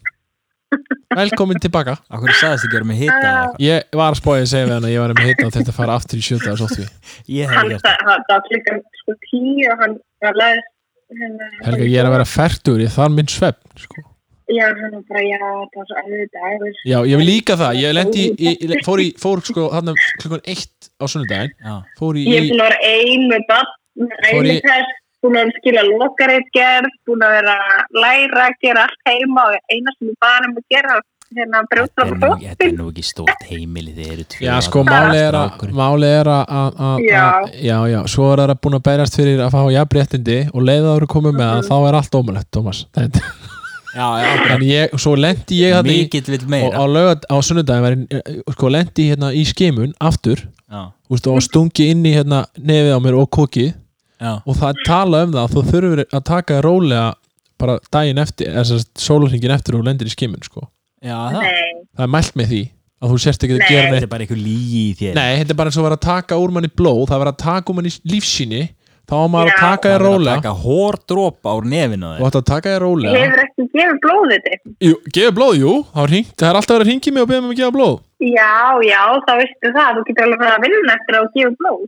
A: Velkomin tilbaka
B: af hverju sagðist ekki vera með hita eða eitthvað?
A: Ég var að spóið að segja við hann að ég var með hitta og þetta fara aftur í 7 daga sótt
B: ég hef
C: hann
B: gert það
C: það hann- það var klukkan sko tíu og hann var hérna- leðist.
A: Helga, ég er að vera færtur, ég þarf minn svefn sko.
C: Já, hann var bara, já, það var svo erfið dagur.
A: Já, ég vil líka það, ég lendi í, í, í- fór, í, fór sko þarna klukkan eitt á sunnudaginn
B: já,
A: fór í,
C: Ég er
A: í
C: búin að vera ein með bann, með
A: Fór í-
C: einitest, búin að vera að skila lokarið gerð, búin að vera að læra, gera allt heima og eina sem ég bara um að gera, hérna, brjóta
B: Þetta er nú- þetta er nú ekki stórt heimili þegar eru tvö
A: Já, sko, máli er að, máli er að, að, að
C: Já.
A: að- já, já, svo er það búin að berjast fyrir að fá jafnréttindi og leiða það eru komið með það, þá er allt ómulett, Thomas Þetta-
B: Já, já,
A: en ég, svo lendi ég þarna í
B: mikið vil
A: og á,
B: meira
A: lögat, á sunnudaginn var, ég- sko, lendi ég hérna í skimun aftur,
B: Já,
A: úst, og stungi inn í hérna nefið á mér og koki
B: já,
A: og það er tala um það að þú þurfur að taka þér rólega bara daginn eftir, eða sólarhingin eftir og þú lendir í skimun, sko,
B: já, það
C: Nei,
A: það er mælt með því að þú sérst ekki að
C: Nei.
A: gera neitt
B: Þetta er bara einhver lígi í þér
A: Nei, þetta er bara eins og að vera að taka úr manni blóð það er að vera að taka úr manni lífsíni þá á maður
C: Já.
A: að taka
B: Það
A: þér
B: er að
A: rólega
B: taka hórdrópa úr nefinu á
A: og
B: þér
A: þetta að taka þér rólega
C: hefur ekki gefið blóðið þitt.
A: Jú, gefa blóð, jú, þá er hringt það er alltaf að vera að hringi mig og beða mig að gefa blóð
C: Já, já, þá veistu það, þú getur alveg farið að vinna eftir að þú gefið blóð.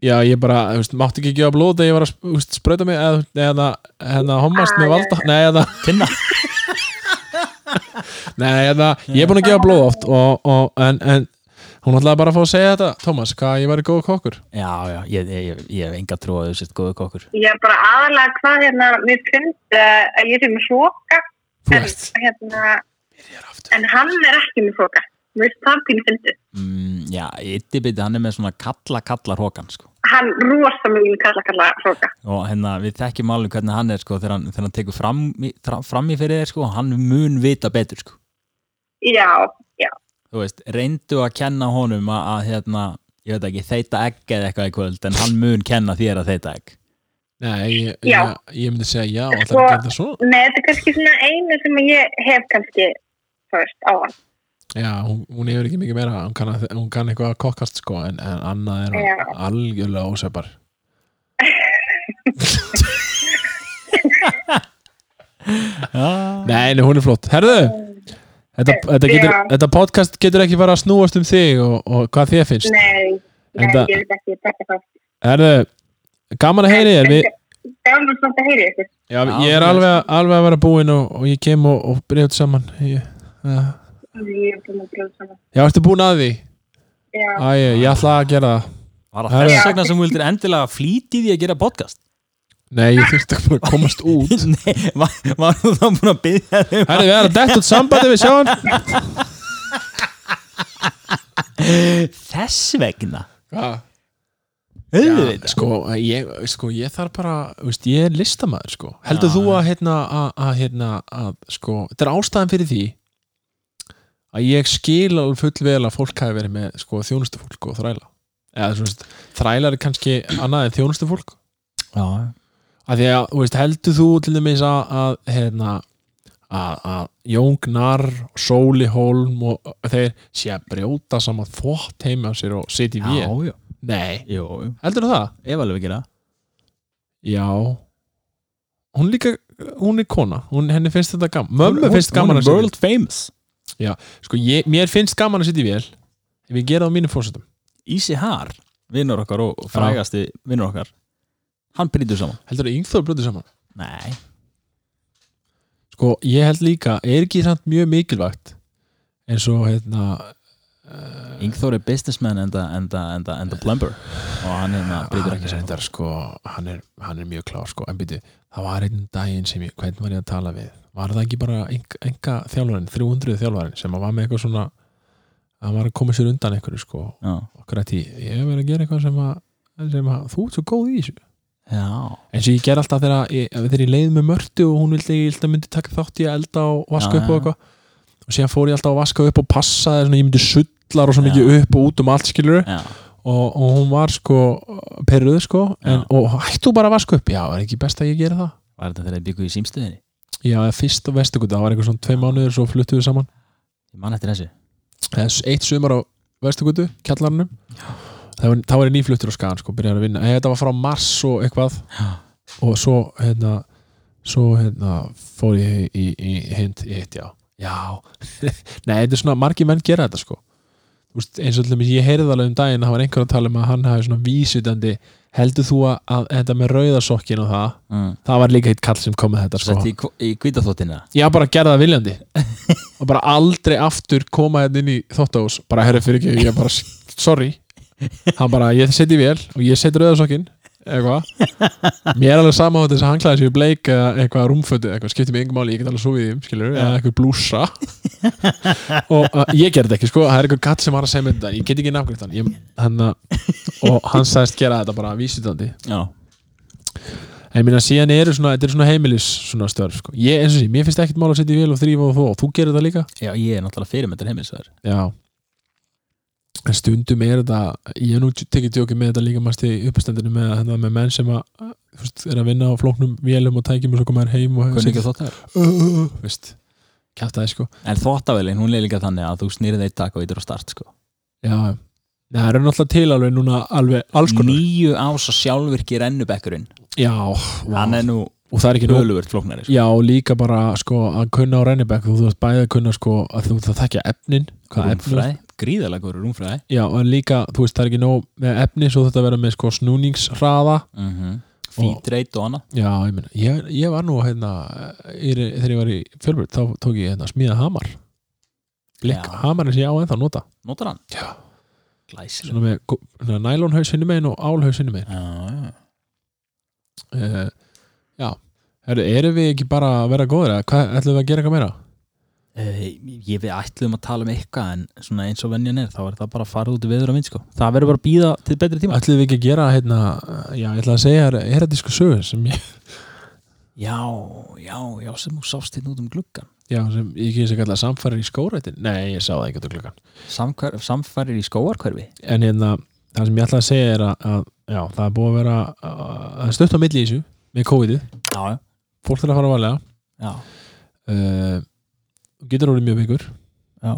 A: Já, ég bara, þú veist, mátti ekki gefa blóð þegar ég var að þú veist, sprauta mig eða, eða, eða
C: Ah,
A: hommast með valda Nei, eða,
B: Finna
A: nei, eða, ég er búin að gefa blóð oft og, og, en, en hún ætlaði bara að fá að segja þetta Thomas, hvað ég væri góð kokkur
B: Já, já, ég, ég, ég, ég hef enga trú að þú sért góðu kokkur
C: Ég er bara aðalega hvað hérna, mér finnst uh, að ég sé með svoka,
A: Þú
C: en,
A: veist,
C: hérna,
A: ég er aftur
C: en hann er ekki með svoka. Mér finnst það pínu fyndið.
B: mm, Já, yttibiti, hann er með svona kalla-kallar-hókan sko.
C: Hann rosa mjög kalla kalla svoka.
B: og hérna, við þekkjum alveg hvernig hann er sko, þegar, hann, þegar hann tekur fram, í- tra- fram í fyrir þér sko, hann mun vita betur sko.
C: Já, já.
B: þú veist, reyndu að kenna honum að, að hérna, ég veit ekki, þeita egg eða eitthvað í kvöld, en hann mun kenna þér að þeita egg
A: Nei, ég,
C: Já.
A: ég, ég myndi segja já, ætlar
C: Sko-
A: að gera það svona
C: Nei, þetta er kannski svona einu sem ég hef kannski, þú veist, á hann.
A: Já, hún, hún hefur ekki mikið meira hún kann, að- hún kann eitthvað að kokkast sko en, en annað er hún
C: Já.
A: algjörlega ósefbar
B: ah.
A: Nei, nei, hún er flott Herðu, þetta, þetta, getur,
C: Já.
A: þetta podcast getur ekki bara að snúast um þig og, og hvað þér finnst
C: Nei, nei,
A: Enda-
C: ég veit ekki, þetta er það.
A: Herðu, gaman að heyri þér við,
C: Gaman samt að heyri þessu.
A: já,
B: Já,
A: Ég er
B: þú
A: alveg, alveg að vera búinn og, og ég kem og, og breyta saman ég, uh,
C: Ég er búin að brjóða saman.
A: Já, ertu búinn að því?
C: Já.
A: Æ, ég, ég ætla að gera það
B: Var
A: Það
B: það
A: er-
B: þess vegna sem þú vildir endilega flýti því að gera podcast?
A: Nei, ég þurfti ekki bara að komast út
B: Nei, var, var þú þá búin að um byggja þau?
A: Herðu, við erum að detta út sambandi við sjáum
B: Þess vegna?
A: Hvað? Já,
B: Auðvitað.
A: sko, ég, sko, ég þarf bara veist, ég er listamaður sko. heldur
B: Já.
A: þú að, hérna, að, að, hérna, að sko, þetta er ástæðan fyrir því að ég skil alveg fullvel að fólk hafi verið með sko, þjónustufólk og þræla Eða, þú veist, þrælar er kannski annað en þjónustufólk
B: Já,
A: að því að þú veist, heldur þú til dæmis að, að, hérna, að, að Jóngnar, Sóli Hólm og þeir sé að brjóta saman þvott heima á sér og sitja í
B: já,
A: vél
B: já.
A: Nei,
B: Jú, jú.
A: heldur þú það?
B: Ef alveg ekki það.
A: Já Hún líka, hún er kona hún, henni finnst þetta gaman, mömmu finnst gaman að
B: að
A: sitja
B: World famous.
A: sko, ég, mér finnst gaman að sitja í vél ef ég gera það á mínum fórsetum
B: Easy Har, vinnur okkar og frægasti vinnur okkar. Hann brýtur saman.
A: heldur það yngþór blötu saman
B: Nei.
A: sko, ég held líka, er ekki samt mjög mikilvægt eins og hérna
B: Yngþór er businessman enda, enda, enda, enda plumber. Og hann hérna brýtur
A: Ah, hann
B: ekki
A: er,
B: saman.
A: reyndar, sko, hann, er, hann er mjög klár sko, en býtu, það var einn daginn sem ég hvernig var ég að tala við, var það ekki bara enga, enga þjálfarinn, 300 þjálfarinn sem að var með eitthvað svona hann var að koma sér undan einhverju sko
B: Já.
A: okkur að því, ég hef verið að gera eitthvað sem að, sem að þú ert svo góð í þessu
B: Já.
A: eins og ég ger alltaf þegar ég, þegar ég leið með mörtu og hún vildi að ég alltaf myndi taka þátt í að elda og vaska
B: Já,
A: upp og
B: já.
A: eitthvað og síðan fór ég alltaf að vaska upp og passa þegar ég myndi sullar og svo
B: Já.
A: mikið upp og út um allt skilur
B: Já.
A: og, og hún var sko perruð sko en,
B: Já.
A: og hættu bara að vaska upp, já, er ekki best að ég gera það
B: Var þetta þegar þið byggu í símstöðinni?
A: já, eða fyrst og vestugut, það var eitthvað svona tvei mánuður svo fluttuðu saman
B: Ég man eftir þessu.
A: eða Eh, s- eitt sumar á Vestugutu, kjallarnum þá var, þá var ég nýfluttur á skagan sko, byrjar að vinna, eða þetta var frá mars og eitthvað
B: Já.
A: og svo hérna, svo hérna fór ég í, í, í hind í hitt, já, já nei, þetta er svona, margir menn gera þetta sko Úst, eins og allir, ég heyrði alveg um daginn það var einhver að tala um að hann hafi svona vísutandi heldur þú að, að þetta með rauðasokkin og það,
B: Mm.
A: það var líka hitt kall sem kom með þetta sko
B: Sett í, kv- í kvítaþóttina.
A: ég hafa bara gerði það viljandi og bara aldrei aftur koma hérna inn í þóttahús bara herri fyrir ekki, ég bara sorry, hann bara, ég seti vel og ég seti rauðasokkin eitthvað, mér er alveg sama á þess að hann klæði sér í bleik eða eitthvað rúmfötu, eitthvað, skipti mig yngum máli, ég get alveg svo við þeim skilur, eða eitthvað blúsa og uh, ég gerði þetta ekki sko, það er eitthvað gatt sem var að segja mér þetta ég get ekki nafngrind hann ég, hann, uh, og hann sagðist gera þetta bara vísutandi
B: Já,
A: en minna síðan eru svona, þetta eru svona heimilis svona störf sko, ég eins og því, mér finnst ekkert mál að setja í vél og þrýfa og þó, og þú gerir þetta líka
B: já ég er náttúrulega fyrirmyndur heimilsverð
A: já en stundum er þetta, ég hef nú t- tekið tjókið með þetta líka mæst í uppstandinu með, hérna, með menn sem að, uh, þú veist, er að vinna á flóknum vélum og tækjum og svo koma þær heim og
B: Kunni ekki þótt
A: uh, veist, kæft sko
B: En þóttavælin, hún er líka þannig að þú snýrið eitt takk og eitir á start sko.
A: já, já. Nei, það eru náttúrulega til alveg núna alveg alls konar
B: Nýju ása sjálfvirki rennubekkurinn
A: já,
B: Hann er nú
A: og það er ekki nú
B: töluvert flóknari sko.
A: Já, og líka bara sko, að kunna á rennibæk þú þarf bæði að kunna sko, að þú þarf að þekkja efnin hvað efni,
B: Rúmfræði, gríðalega góður rúmfræði
A: já, en líka þú veist það er ekki nóg með efni, svo þetta vera með sko, snúningshraða
B: mm -hmm. Fítreit og annað
A: Já, ég meina, ég, ég var nú hérna, ég, þegar ég var í fjölbröð þá tók ég hérna smíða hamar blikk,
B: Já.
A: hamarinn sem ég á ennþá að nota
B: Notar hann?
A: Já.
B: Glæsileg
A: svona með gó- svona nælónhaus hinnum einn og álhaus hinnum einn
B: Já, já.
A: uh, Já, Heru, erum við ekki bara að vera góðir, eða hvað ætlum við að gera eitthvað meira?
B: Eh, Ég við ætlum að tala um eitthvað en svona eins og venjan er þá er það bara að fara út í viður og vind sko. Það verður bara að býða til betri tíma
A: Ætlum við ekki að gera hérna, já, ég ætla að segja þér, er þetta sko sögur sem ég
B: Já, já, já sem þú sást hérna út um gluggan
A: Já, sem ég kýrst að kalla samfærir í skórættin Nei, ég sá það ekki út á klukkan
B: Samhver, Samfærir í skóarkverfi
A: En hérna, það sem ég ætla að segja er að, að Já, það er búið að vera að, að stutt á milli í þessu með COVID-ið,
B: Já,
A: fólk þarf að fara varlega
B: já,
A: uh, Getur orðið mjög veikur
B: já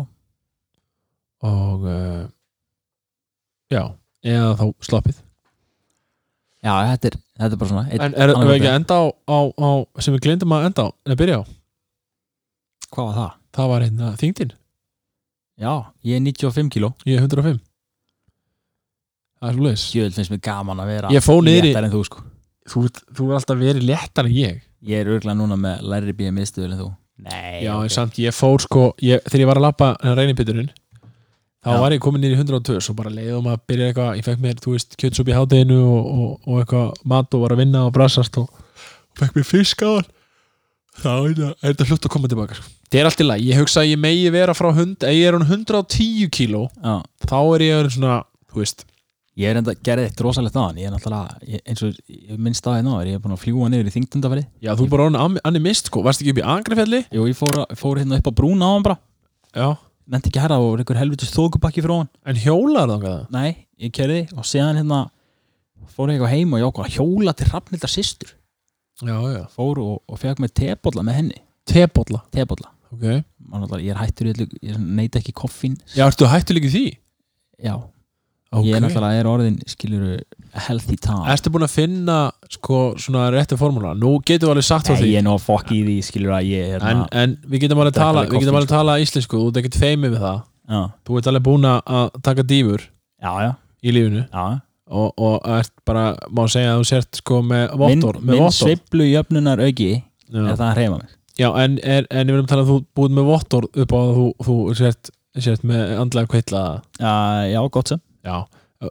A: Og uh, Já, eða þá sloppið
B: Já, þetta er, þetta er bara svona einn,
A: En er,
B: annar
A: erum við ekki
B: hluti.
A: að enda á, á, á sem við gleymdum að enda á, en að byrja á
B: Hvað var það?
A: Það var hérna þingdin,
B: Já, ég er 95 kíló
A: ég er 105 Það er svo leis
B: Sjöld finnst mér gaman að vera
A: Ég fór niður í-
B: léttari en þú sko
A: Þú, þú er alltaf verið léttar en ég
B: Ég er örglega núna með lærri bíða mistuvel en þú Nei,
A: Já,
B: ok.
A: en samt ég fór sko ég, þegar ég var að lappa reynipiturinn þá
B: Já.
A: var ég komin niður í 102 svo bara leiðum að byrja eitthvað, ég fekk mér, þú veist kjötsop í hátæðinu og, og, og eitthvað mat og var að vinna og brassast og, og fekk mér fisk á hann þá er þetta- er þetta flott að koma tilbaka sko. það er allt í lagi, ég hugsa að ég megi vera frá hund, ef ég er hún 110 kíló
B: Já,
A: þá er ég orðinn svona, þú veist
B: Ég er enda gerði eitt rosalegt á hann Ég er náttúrulega, ég, eins og ég minnst á hérna áður, Ég er búin að fljúa niður í þingdundafæri
A: já, þú er bara orðin annir mist, sko, varst ekki upp í angrafjalli
B: Jú, ég fór, að- fór hérna upp á brúna á hann bara
A: já,
B: Nefndi ekki herra og var einhver helvitis þókubakki frá hann
A: en hjólar þá það
B: Nei, ég kerði og séðan hérna Fór ég eitthvað heim og ég ákvað að hjóla til Rafnildar systur
A: já, já,
B: Fór og, og fekk með tebolla með henni
A: tebolla
B: Tebolla
A: ok,
B: Man náttúrulega- Ég er hættur, í öllu- ég neita ekki koffín
A: já, ertu hættu líka því
B: Já,
A: okay.
B: ég er náttúrulega er orðin skiluru healthy time
A: Erstu búin að finna sko, svona réttu formúla? Nú getum við alveg sagt á
B: Nei,
A: því
B: ég er nú að fokk í því skiluru að ég
A: en,
B: hérna,
A: en við getum alveg
B: Drekka
A: tala,
B: alveg
A: við getum
B: koffín,
A: alveg tala íslensku Þú ert ekkert feimið við það
B: já,
A: Þú ert alveg búin að taka dýfur
B: já, já,
A: í lífinu
B: já
A: og, og ert bara, má segja að þú sért sko með
B: Minn,
A: vottor, með
B: minn
A: vottor.
B: sveiflu jöfnunar auki er
A: Já.
B: það að hreyfa mig
A: Já, en, er, en ég verðum að tala að þú búin með vottor upp á að þú, þú sért, sért með andlega kveitla
B: uh, Já, gott sem
A: Já,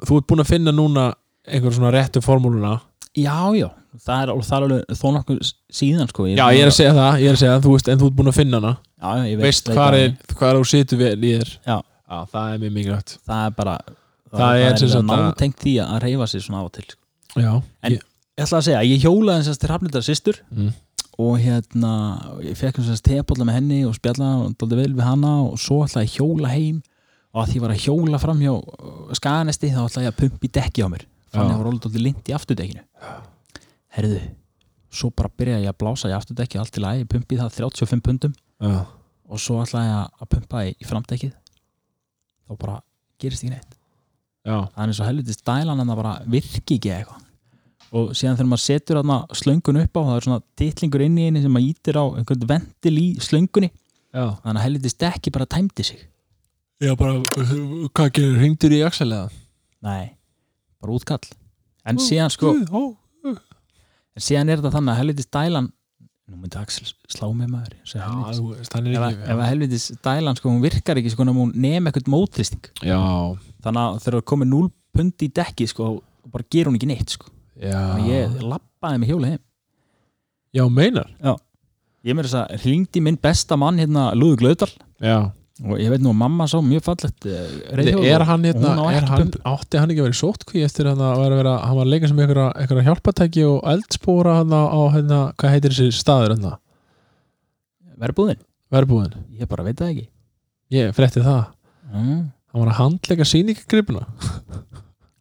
A: þú ert búin að finna núna einhver svona réttu formúluna
B: Já, já, það er, alveg- það er alveg þó nokkuð s- síðan sko
A: Já, ég er að segja það, ég er að segja það, þú veist, en þú ert búin að finna hana
B: já, ég veit,
A: Veist
B: veit
A: hvað
B: það.
A: er, hvað er þú situr vel í þér
B: Já,
A: Já, það er mjög mikilvægt
B: það er bara
A: Það er sem sagt að-
B: nátengt því að reyfa sér svona á og til sko.
A: Já,
B: En-
A: ég,
B: Ég ætla að segja, ég hjólaði þessast til Hrafnildar systur
A: Mm.
B: og hérna ég fekk þessast tepalla með henni og spjallaði og daldi vel við hana og svo ætlaði ég að hjóla heim og að því ég var að hjóla fram hjá uh, skaganesti þá ætlaði ég að pumpi dekki á mér
A: Já.
B: þannig að róla daldi lind í afturdekkinu Herðu, svo bara byrjaði ég að blása í afturdekki allt í lagi, ég pumpi það 35 pundum
A: já,
B: og svo ætlaði ég að pumpa í, í framdekkið þá bara gerist ekki neitt
A: já,
B: það er eins og helviti stælan en það bara virki ekki eitthvað og síðan þegar maður setur þarna slöngun upp á það er svona titlingur inn í henni sem maður ítir á einhvern ventil í slöngunni
A: já.
B: þannig að helviti stekki bara tæmdi sig
A: Já, bara, hvað gerir, hringdur í Axel eða?
B: nei, bara útkall en síðan sko,
A: ó,
B: en síðan er þetta þannig að helviti stælan nú myndi Axel slá með maður já,
A: Já,
B: ef,
A: þú veist, hann er
B: að,
A: ekki
B: ef að helviti stælan sko, hún virkar ekki sko nema hún nefn ekkert mótristing
A: Já,
B: þannig að þegar það komið 0 pundi í dekki sko, þá bara ger hún ekki neitt sko.
A: já
B: Þannig að ég lappaði með hjóla heim
A: Já, meinar?
B: Já. ég meira þess að hringdi minn besta mann hérna Lúðu Glöðdal
A: Já,
B: og ég veit nú að mamma sá mjög fallegt eh,
A: er hann, hérna,
B: hún á
A: er
B: ekki
A: hann
B: pumpu.
A: átti hann ekki að vera í sótkví eftir að það var að vera, hann var að leika sem einhverja, einhverja hjálpatæki og eldspóra hann á, hérna, hvað heitir þessi staður hann
B: verðbúðin,
A: verbúðin,
B: ég bara veit það ekki
A: ég frétti það
B: mm.
A: hann var að handleika sýningagripuna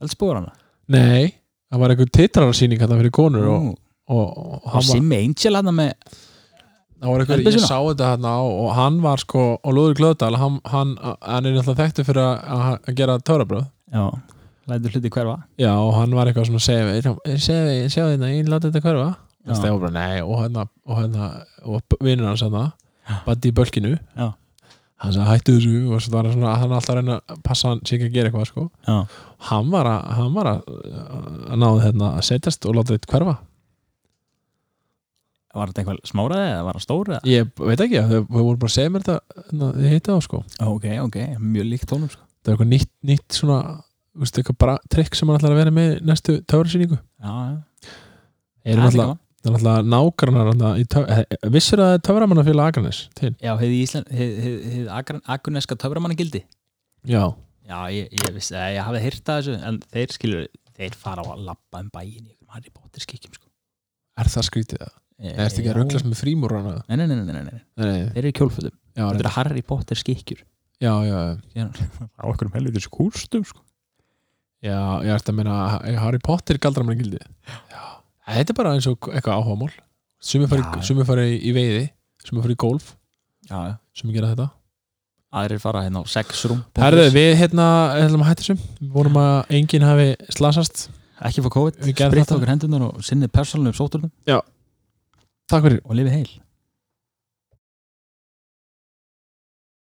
B: alls búður hana
A: nei, það var einhver titrararsýning hann fyrir konur og,
B: Nú,
A: og, og
B: og
A: hann var,
B: Simmi Angel hann með
A: það var einhver, ég
B: Eldbyssuna?
A: sá þetta hann á og hann var sko, og Lúður Glöðdal hann, hann, hann er náttúrulega þekktu fyrir að, að gera törabröð
B: já, lætur hluti hverfa
A: Já, og hann var eitthvað svona að segja við segja við, segja við þetta, hérna, ég láta þetta hverfa
B: Já.
A: það var bara, nei, og hérna og hérna, og vinnur hans hérna Baddi í bölkinu
B: Já.
A: hann sagði hættu þessu og svo var hann svona hann alltaf að reyna að passa hann sér ekki að gera eitthvað sko.
B: já.
A: hann var að, hann var að, að náðu hérna að setjast og láta þetta hverfa
B: var þetta eitthvað smáraði eða var það stóraði
A: ég veit ekki, þau þau voru bara að segja mér þetta hérna, ég heiti á sko
B: ok, ok, mjög líkt tónum sko.
A: það er eitthvað nýtt, nýtt svona þú veist, eitthvað bara trikk sem hann ætlar að vera með í næstu töfrasýningu
B: já, já,
A: erum
B: Það er
A: alltaf,
B: gaman.
A: það er alltaf nágrannar þarna í töf- eh, vissir að það er töframannafélag Akranes til
B: já, hefði Ísland hefði hef, hef, hef, akurneska töframannagildi
A: Já,
B: já, ég, ég vissi, eh, ég hafði hýrt þessu en þeir skilur, þeir fara á að labba um bæin í einhverjum Harry Potter skikkjum sko.
A: er það skrítið það? Er þetta ekki að rugglas með frímúrana?
B: Nei, nei, nei, nei, nei, nei,
A: Nei, nei,
B: þeir eru í kjólfötum
A: já,
B: Þetta
A: reyndar.
B: eru Harry Potter skikkjur
A: já, já, já,
B: Á einhverjum helvitis kústum sko.
A: já, ég ætti að meina að Harry Potter galdra mér gildi Já, þetta er bara eins og eitthvað áhugamál Sumi
B: Já.
A: fari, sumi fari í veiði Sumi fari í golf,
B: Já, já
A: sumi gera þetta
B: Aðrir fara hérna á sexrum
A: Herðu, við hérna, ætlum að hætti þessum Við vonum að enginn hafi slasast
B: Ekki fá COVID
A: Við gerðum
B: Spritt
A: þetta.
B: okkur hendunar og sinnið persónunum sótturnum
A: Takk fyrir
B: og lifið heil